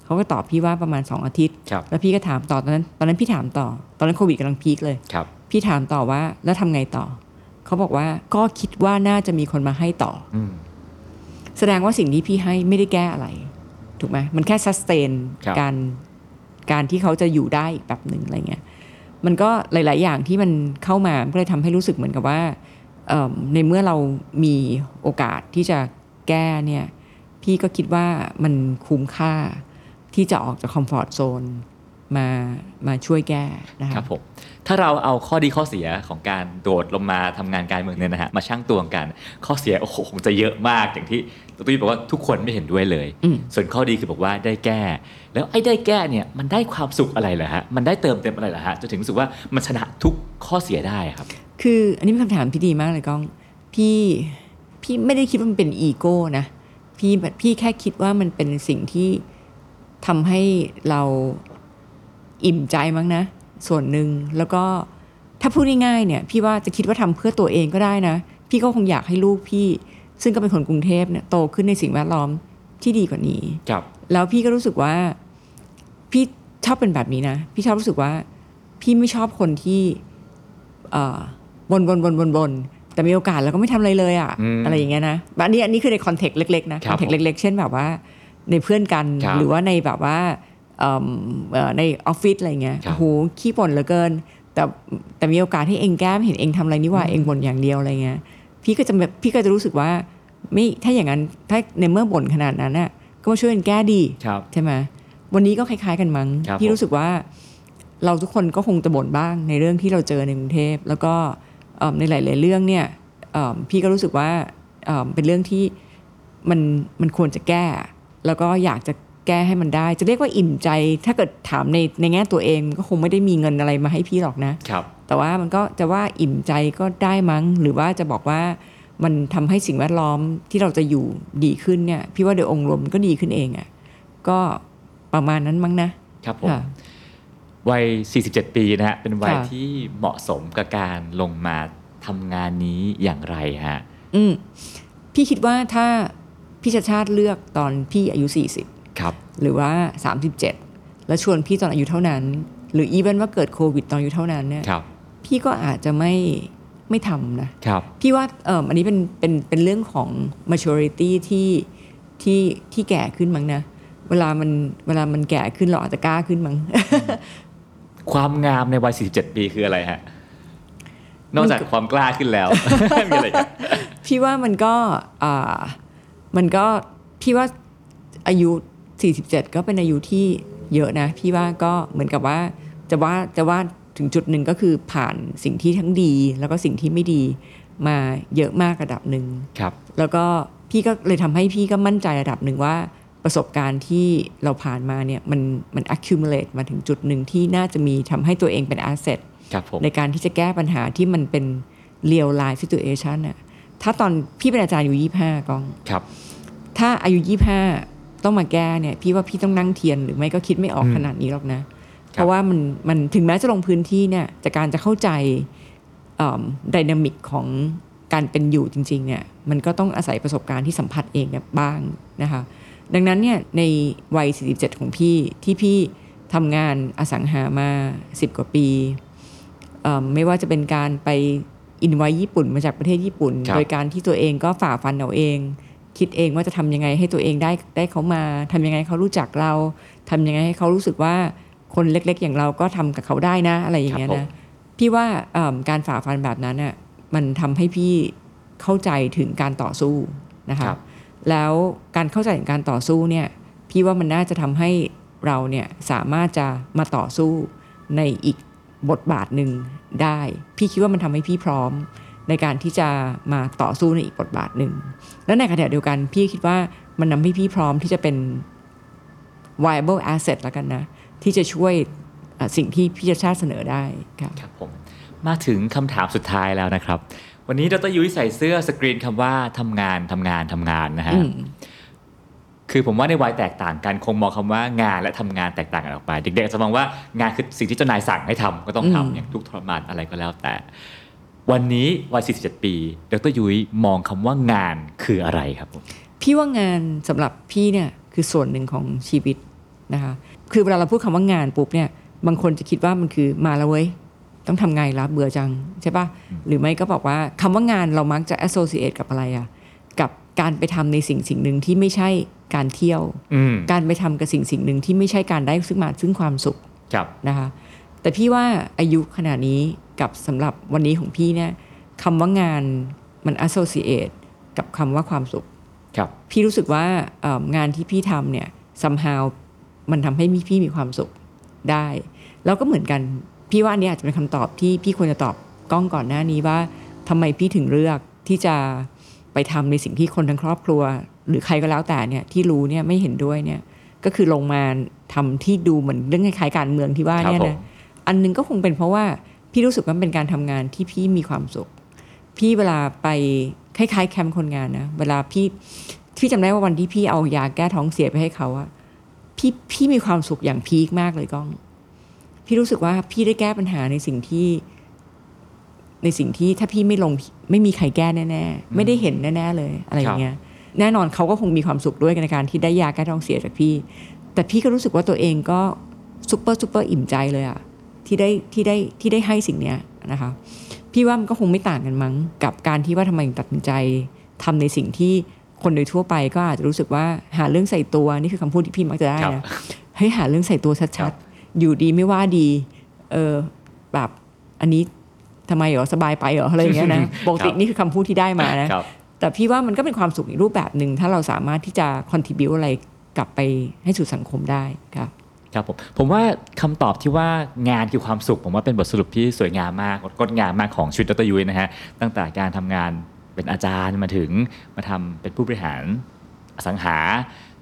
Speaker 1: เขาก็ตอบพี่ว่าประมาณสองอาทิตย์
Speaker 3: ครับ
Speaker 1: แล้วพี่ก็ถามต่อตอนนั้นตอนนั้นพี่ถามต่อ ตอนนั้นโควิดกำลังพีคเลย
Speaker 3: ครับ
Speaker 1: พี่ถามต่อว่าแล้วทำไงต่อ เขาบอกว่าก็คิดว่าน่าจะมีคนมาให้ต่อ
Speaker 3: อืม
Speaker 1: แสดงว่าสิ่งที่พี่ให้ไม่ได้แก้อะไร ถูกไหมมันแค่ซัสเตน
Speaker 3: ครับ
Speaker 1: การการที่เขาจะอยู่ได้อีกแบบหนึ่งอะไรเงี้ยมันก็หลาย ๆ อย่างที่มันเข้ามามันก็เลยทำให้รู้สึกเหมือนกับว่าเอิ่มในเมื่อเรามีโอกาสที่จะแก้เนี่ยพี่ก็คิดว่ามันคุ้มค่าที่จะออกจากคอมฟอร์ทโซนมามาช่วยแก้นะ
Speaker 3: ค
Speaker 1: คะ
Speaker 3: รับผมถ้าเราเอาข้อดีข้อเสียของการโดดลงมาทำงานการเมืองเนี่ยนะฮะมาชั่งตวงกัน ข้อเสียโอ้โหคงจะเยอะมากอย่างที่ตุ้ยบอกว่าทุกคนไม่เห็นด้วยเลย
Speaker 1: อืม
Speaker 3: ส่วนข้อดีคือบอกว่าได้แก้ แล้วไอ้ได้แก้เนี่ยมันได้ความสุขอะไรเหรอฮะมันได้เติมเต็มอะไรเหรอฮะจนถึงรู้สึกว่ามันชนะทุกข้อเสียได้ครับ
Speaker 1: คืออันนี้เป็นคำถามที่ดีมากเลยก้อง พี่พี่ไม่ได้คิดว่ามันเป็นอีโก้นะพี่พี่แค่คิดว่ามันเป็นสิ่งที่ทำให้เราอิ่มใจมั้งนะ ส่วนหนึ่งแล้วก็ถ้าพูดง่ายๆเนี่ย พี่ว่าจะคิดว่าทำเพื่อตัวเองก็ได้นะ พี่ก็คงอยากให้ลูกพี่ ซึ่งก็เป็นคนกรุงเทพเนี่ยโตขึ้นในสิ่งแวดล้อมที่ดีกว่านี้
Speaker 3: ครับ
Speaker 1: แล้วพี่ก็รู้สึกว่าพี่ชอบเป็นแบบนี้นะ พี่ชอบรู้สึกว่า พี่ไม่ชอบคนที่เอ่อวนวนวนวนวนแต่มีโอกาสแล้วก็ไม่ทำอะไรเลยอะ่ะ
Speaker 3: อืม
Speaker 1: อะไรอย่างเงี้ยนะอันนี้อันนี้คือในคอนเทกต์เล็กๆนะครับคอนเทกต์เล็ก ๆ เช่นแบบว่า ในเพื่อนกัน
Speaker 3: ครับ
Speaker 1: หรือว่าในแบบว่าเอิ่มเอ่อในออฟฟิศอะไรเงี้ย
Speaker 3: ครับ
Speaker 1: โอ้โหขี้บ่นเหลือเกิน แต่แต่มีโอกาสให้เองแก้มเห็นเองทำอะไรนี่หว่าเองบ่นอย่างเดียวอะไรเงี้ยพี่ก็จะแบบพี่ก็จะรู้สึกว่าไม่ถ้าอย่างนั้นถ้าในเมื่อบ่นขนาดนั้นอ่ะก็มาช่วยกันแก้ดี
Speaker 3: ครับ
Speaker 1: ใช่ไหมวันนี้ก็คล้ายๆกันมั้ง
Speaker 3: ครับ
Speaker 1: พี่
Speaker 3: ผม
Speaker 1: รู้สึกว่าเราทุกคนก็คงจะบ่นบ้างในเรื่องที่เราเจอในกรุงเทพ แล้วก็เอิ่มในหลาย ๆ เรื่องเนี่ยเอิ่มพี่ก็รู้สึกว่าเอิ่มเป็นเรื่องที่มันมันควรจะแก้ แล้วก็อยากจะแก้ให้มันได้ จะเรียกว่าอิ่มใจ ถ้าเกิดถามในในแง่ตัวเองมันก็คงไม่ได้มีเงินอะไรมาให้พี่หรอกนะ
Speaker 3: ครับ
Speaker 1: แต่ว่ามันก็จะว่าอิ่มใจก็ได้มั้ง หรือว่าจะบอกว่ามันทำให้สิ่งแวดล้อมที่เราจะอยู่ดีขึ้นเนี่ย พี่ว่าโดยองค์รวมมันก็ดีขึ้นเองอะ่ะก็ประมาณนั้นมั้งนะครับ
Speaker 3: ผม
Speaker 1: ค่ะ
Speaker 3: วัย 47 ปีนะฮะเป็นวัย
Speaker 1: ค่ะ
Speaker 3: ที่เหมาะสมกับการลงมาทำงานนี้อย่างไรฮะ
Speaker 1: อืมพี่คิดว่าถ้าพี่ชาชาติเลือกตอนพี่อายุ 40
Speaker 3: ครับ
Speaker 1: หรือว่า 37 แล้วชวนพี่ตอนอายุเท่านั้น หรืออีเวนว่าเกิดโควิดตอนอายุเท่านั้นเนี่ย
Speaker 3: ครับ
Speaker 1: พี่ก็อาจจะไม่ไม่ทำนะ
Speaker 3: ครับ
Speaker 1: พี่ว่าเอออันนี้เป็นเป็นเป็นเรื่องของ maturity ที่ที่ที่แก่ขึ้นมั้งนะ เวลามันเวลามันแก่ขึ้นเราอาจจะกล้าขึ้นมั้ง
Speaker 3: ความงามในวัย 47 ปีคืออะไรฮะ นอกจากความกล้าขึ้นแล้ว มีอะไรอีกครับ
Speaker 1: พี่ว่ามันก็อ่ามันก็พี่ว่าอายุ 47 ก็เป็นอายุที่เยอะนะ พี่ว่าก็เหมือนกับว่าจะว่าจะว่าถึงจุดหนึ่งก็คือผ่านสิ่งที่ทั้งดี แล้วก็สิ่งที่ไม่ดีมาเยอะมากระดับหนึ่ง
Speaker 3: ครับ
Speaker 1: แล้วก็พี่ก็เลยทำให้พี่ก็มั่นใจระดับหนึ่งว่าประสบการณ์ที่เราผ่านมาเนี่ยมันมัน accumulate มาถึงจุดหนึ่งที่น่าจะมีทำให้ตัวเองเป็น asset
Speaker 3: ครับผม
Speaker 1: ในการที่จะแก้ปัญหาที่มันเป็น real life situation น่ะถ้าตอนพี่เป็นอาจารย์อยู่ 25กอง
Speaker 3: ครับ
Speaker 1: ถ้าอายุ 25 ต้องมาแก้เนี่ยพี่ว่าพี่ต้องนั่งเทียนหรือไม่ก็คิดไม่ออก
Speaker 3: อืม
Speaker 1: ขนาดนี้หรอกนะ
Speaker 3: ครับ
Speaker 1: เพราะว่ามันมันถึงแม้จะลงพื้นที่เนี่ยจากการจะเข้าใจดินามิกของการเป็นอยู่จริงๆเนี่ยมันก็ต้องอาศัยประสบการณ์ที่สัมผัสเองเนี่ยบ้างนะคะดังนั้นเนี่ยในวัย 47 ของพี่ที่พี่ทำงานอสังหามา 10 กว่าปี เอิ่มไม่ว่าจะเป็นการไปอินไว้ญี่ปุ่นมาจากประเทศญี่ปุ่น
Speaker 3: ครับ
Speaker 1: โดยการที่ตัวเองก็ฝ่าฟันเอาเอง คิดเองว่าจะทำยังไงให้ตัวเองได้ได้เขามาทำยังไงให้เขารู้จักเราทำยังไงให้เขารู้สึกว่าคนเล็ก ๆ อย่างเราก็ทำกับเขาได้นะอะไรอย่างเงี้ย
Speaker 3: ครับผม
Speaker 1: นะพี่ว่าเอิ่มการฝ่าฟันแบบนั้นน่ะมันทำให้พี่เข้าใจถึงการต่อสู้นะคะ แล้วการเข้าใจถึงการต่อสู้เนี่ยพี่ว่ามันน่าจะทำให้เราเนี่ยสามารถจะมาต่อสู้ในอีกบทบาทหนึ่งได้ พี่คิดว่ามันทำให้พี่พร้อม ในการที่จะมาต่อสู้ในอีกบทบาทหนึ่ง และในขณะเดียวกันพี่คิดว่ามันนำให้พี่พร้อมที่จะเป็น viable asset แล้วกันนะ ที่จะช่วยเอ่อสิ่งที่พี่จะชาติเสนอได้ค่ะ
Speaker 3: ครับผมมาถึงคำถามสุดท้ายแล้วนะครับ วันนี้ดรยุ้ยใส่เสื้อสกรีนคำว่าทำงานทำงานทำงานนะฮะ
Speaker 1: อืม
Speaker 3: คือผมว่าในวัยแตกต่างกันคงมองคำว่างานและทำงานแตกต่างกันออกไป เด็กๆอาจจะมองว่างานคือสิ่งที่เจ้านายสั่งให้ทำก็ต้องทำ
Speaker 1: อืม
Speaker 3: อย่างทุกข์ทรมานอะไรก็แล้วแต่ วันนี้วัย 47 ปี ดรยุ้ยมองคำว่างานคืออะไรครับผม
Speaker 1: พี่ว่างานสำหรับพี่เนี่ยคือส่วนหนึ่งของชีวิตนะคะ คือเวลาเราพูดคำว่างานปุ๊บเนี่ยบางคนจะคิดว่ามันคือมาแล้วเว้ย ต้องทำไงละเบื่อจังใช่ปะหรือไม่ก็บอกว่าคำว่างานเรามักจะ associate กับอะไรอะกับการไปทำในสิ่งสิ่งหนึ่งที่ไม่ใช่การเที่ยว
Speaker 3: อืม
Speaker 1: การไปทำกับสิ่งสิ่งหนึ่งที่ไม่ใช่การได้ซึ่งมาซึ่งความสุข
Speaker 3: ครับ
Speaker 1: นะคะแต่พี่ว่าอายุขนาดนี้กับสำหรับวันนี้ของพี่เนี่ยคำว่างานมัน associate กับคำว่าความสุข
Speaker 3: ครับ
Speaker 1: พี่รู้สึกว่าเอ่องานที่พี่ทำเนี่ย somehow มันทำให้มีพี่มีความสุขได้ แล้วก็เหมือนกัน พี่ว่าอันเนี้ยอาจจะเป็นคำตอบที่พี่ควรจะตอบกล้องก่อนหน้านี้ว่าทำไมพี่ถึงเลือกที่จะไปทำในสิ่งที่คนทั้งครอบครัว หรือใครก็แล้วแต่เนี่ยที่รู้เนี่ยไม่เห็นด้วยเนี่ยก็คือลงมาทำที่ดูเหมือนเรื่องคล้ายๆการเมืองที่ว่า
Speaker 3: ครั
Speaker 1: เนี่ย
Speaker 3: ผ
Speaker 1: นะ
Speaker 3: ม
Speaker 1: อันหนึงก็คงเป็นเพราะว่าพี่รู้สึกว่ามันเป็นการทำงานที่พี่มีความสุข พี่เวลาไปคล้ายๆแคมป์คนงานนะเวลาพี่พี่จำได้ว่าวันที่พี่เอายาแก้ท้องเสียไปให้เขาอะพี่พี่มีความสุขอย่างพีคมากเลยก้อง พี่รู้สึกว่าพี่ได้แก้ปัญหาในสิ่งที่ ในสิ่งที่ถ้าพี่ไม่ลงไม่มีใครแก้แน่ๆไม่ได้เห็นแน่ๆเลยอะไรอย่างเงี้ยแน่นอนเขาก็คงมีความสุขด้วยในการที่ได้ยาแก้ท้องเสียจากพี่ แต่พี่ก็รู้สึกว่าตัวเองก็ซุปเปอร์ซุปเปอร์อิ่มใจเลยอะที่ได้ที่ได้ที่ได้ให้สิ่งเนี้ยนะคะพี่ว่ามันก็คงไม่ต่างกันมั้งกับการที่ว่าทำไมถึงตัดสินใจทำในสิ่งที่คนโดยทั่วไปก็อาจจะรู้สึกว่าหาเรื่องใส่ตัวนี่คือคำพูดที่พี่มักจะได้
Speaker 3: ครับ
Speaker 1: นะ เฮ้ยหาเรื่องใส่ตัว
Speaker 3: ครั
Speaker 1: ชัด
Speaker 3: บ
Speaker 1: ๆ อยู่ดีไม่ว่าดี เออแบบอันนี้ทำไมเหรอสบายไปเหรออะไรอย่างเงี้ย นะ ปกตินี่คือคำพูดที่ได้มานะ
Speaker 3: ครับ
Speaker 1: แต่พี่ว่ามันก็เป็นความสุขอีกรูปแบบหนึ่งถ้าเราสามารถที่จะคอนทิบิวอะไรกลับไปให้สู่สังคมได้ครับ
Speaker 3: ครับผมผมว่าคำตอบที่ว่างานคือความสุข ผมว่าเป็นบทสรุปที่สวยงามมากงดงามมากของชีวิตดรยุ้ยนะฮะตั้งแต่การทำงานเป็นอาจารย์มาถึงมาทำเป็นผู้บริหารอสังหา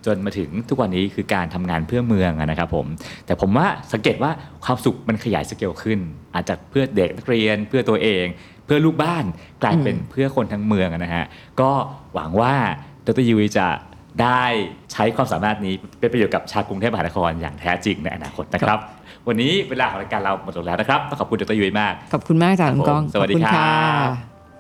Speaker 3: จนมาถึงทุกวันนี้คือการทำงานเพื่อเมืองอะนะครับผมแต่ผมว่าสังเกตว่าความสุขมันขยายสเกลขึ้น อาจจะเพื่อเด็กนักเรียนเพื่อตัวเอง เพื่อลูกบ้านกลายเป็นเพื่อคนทั้งเมืองอะนะฮะก็หวังว่าดรยุ้ยจะ ได้ใช้ความสามารถนี้เป็นประโยชน์กับชาวกรุงเทพมหานครอย่างแท้จริงในอนาคตนะครับ วันนี้เวลาของรายการเราหมดลงแล้วนะครับต้องขอบคุณดรยุ้ยมาก
Speaker 1: ขอบคุณมากอาจารย์
Speaker 3: ครับผม
Speaker 1: กล้อง
Speaker 3: สวัสดี
Speaker 1: ขอบณ
Speaker 3: ครับ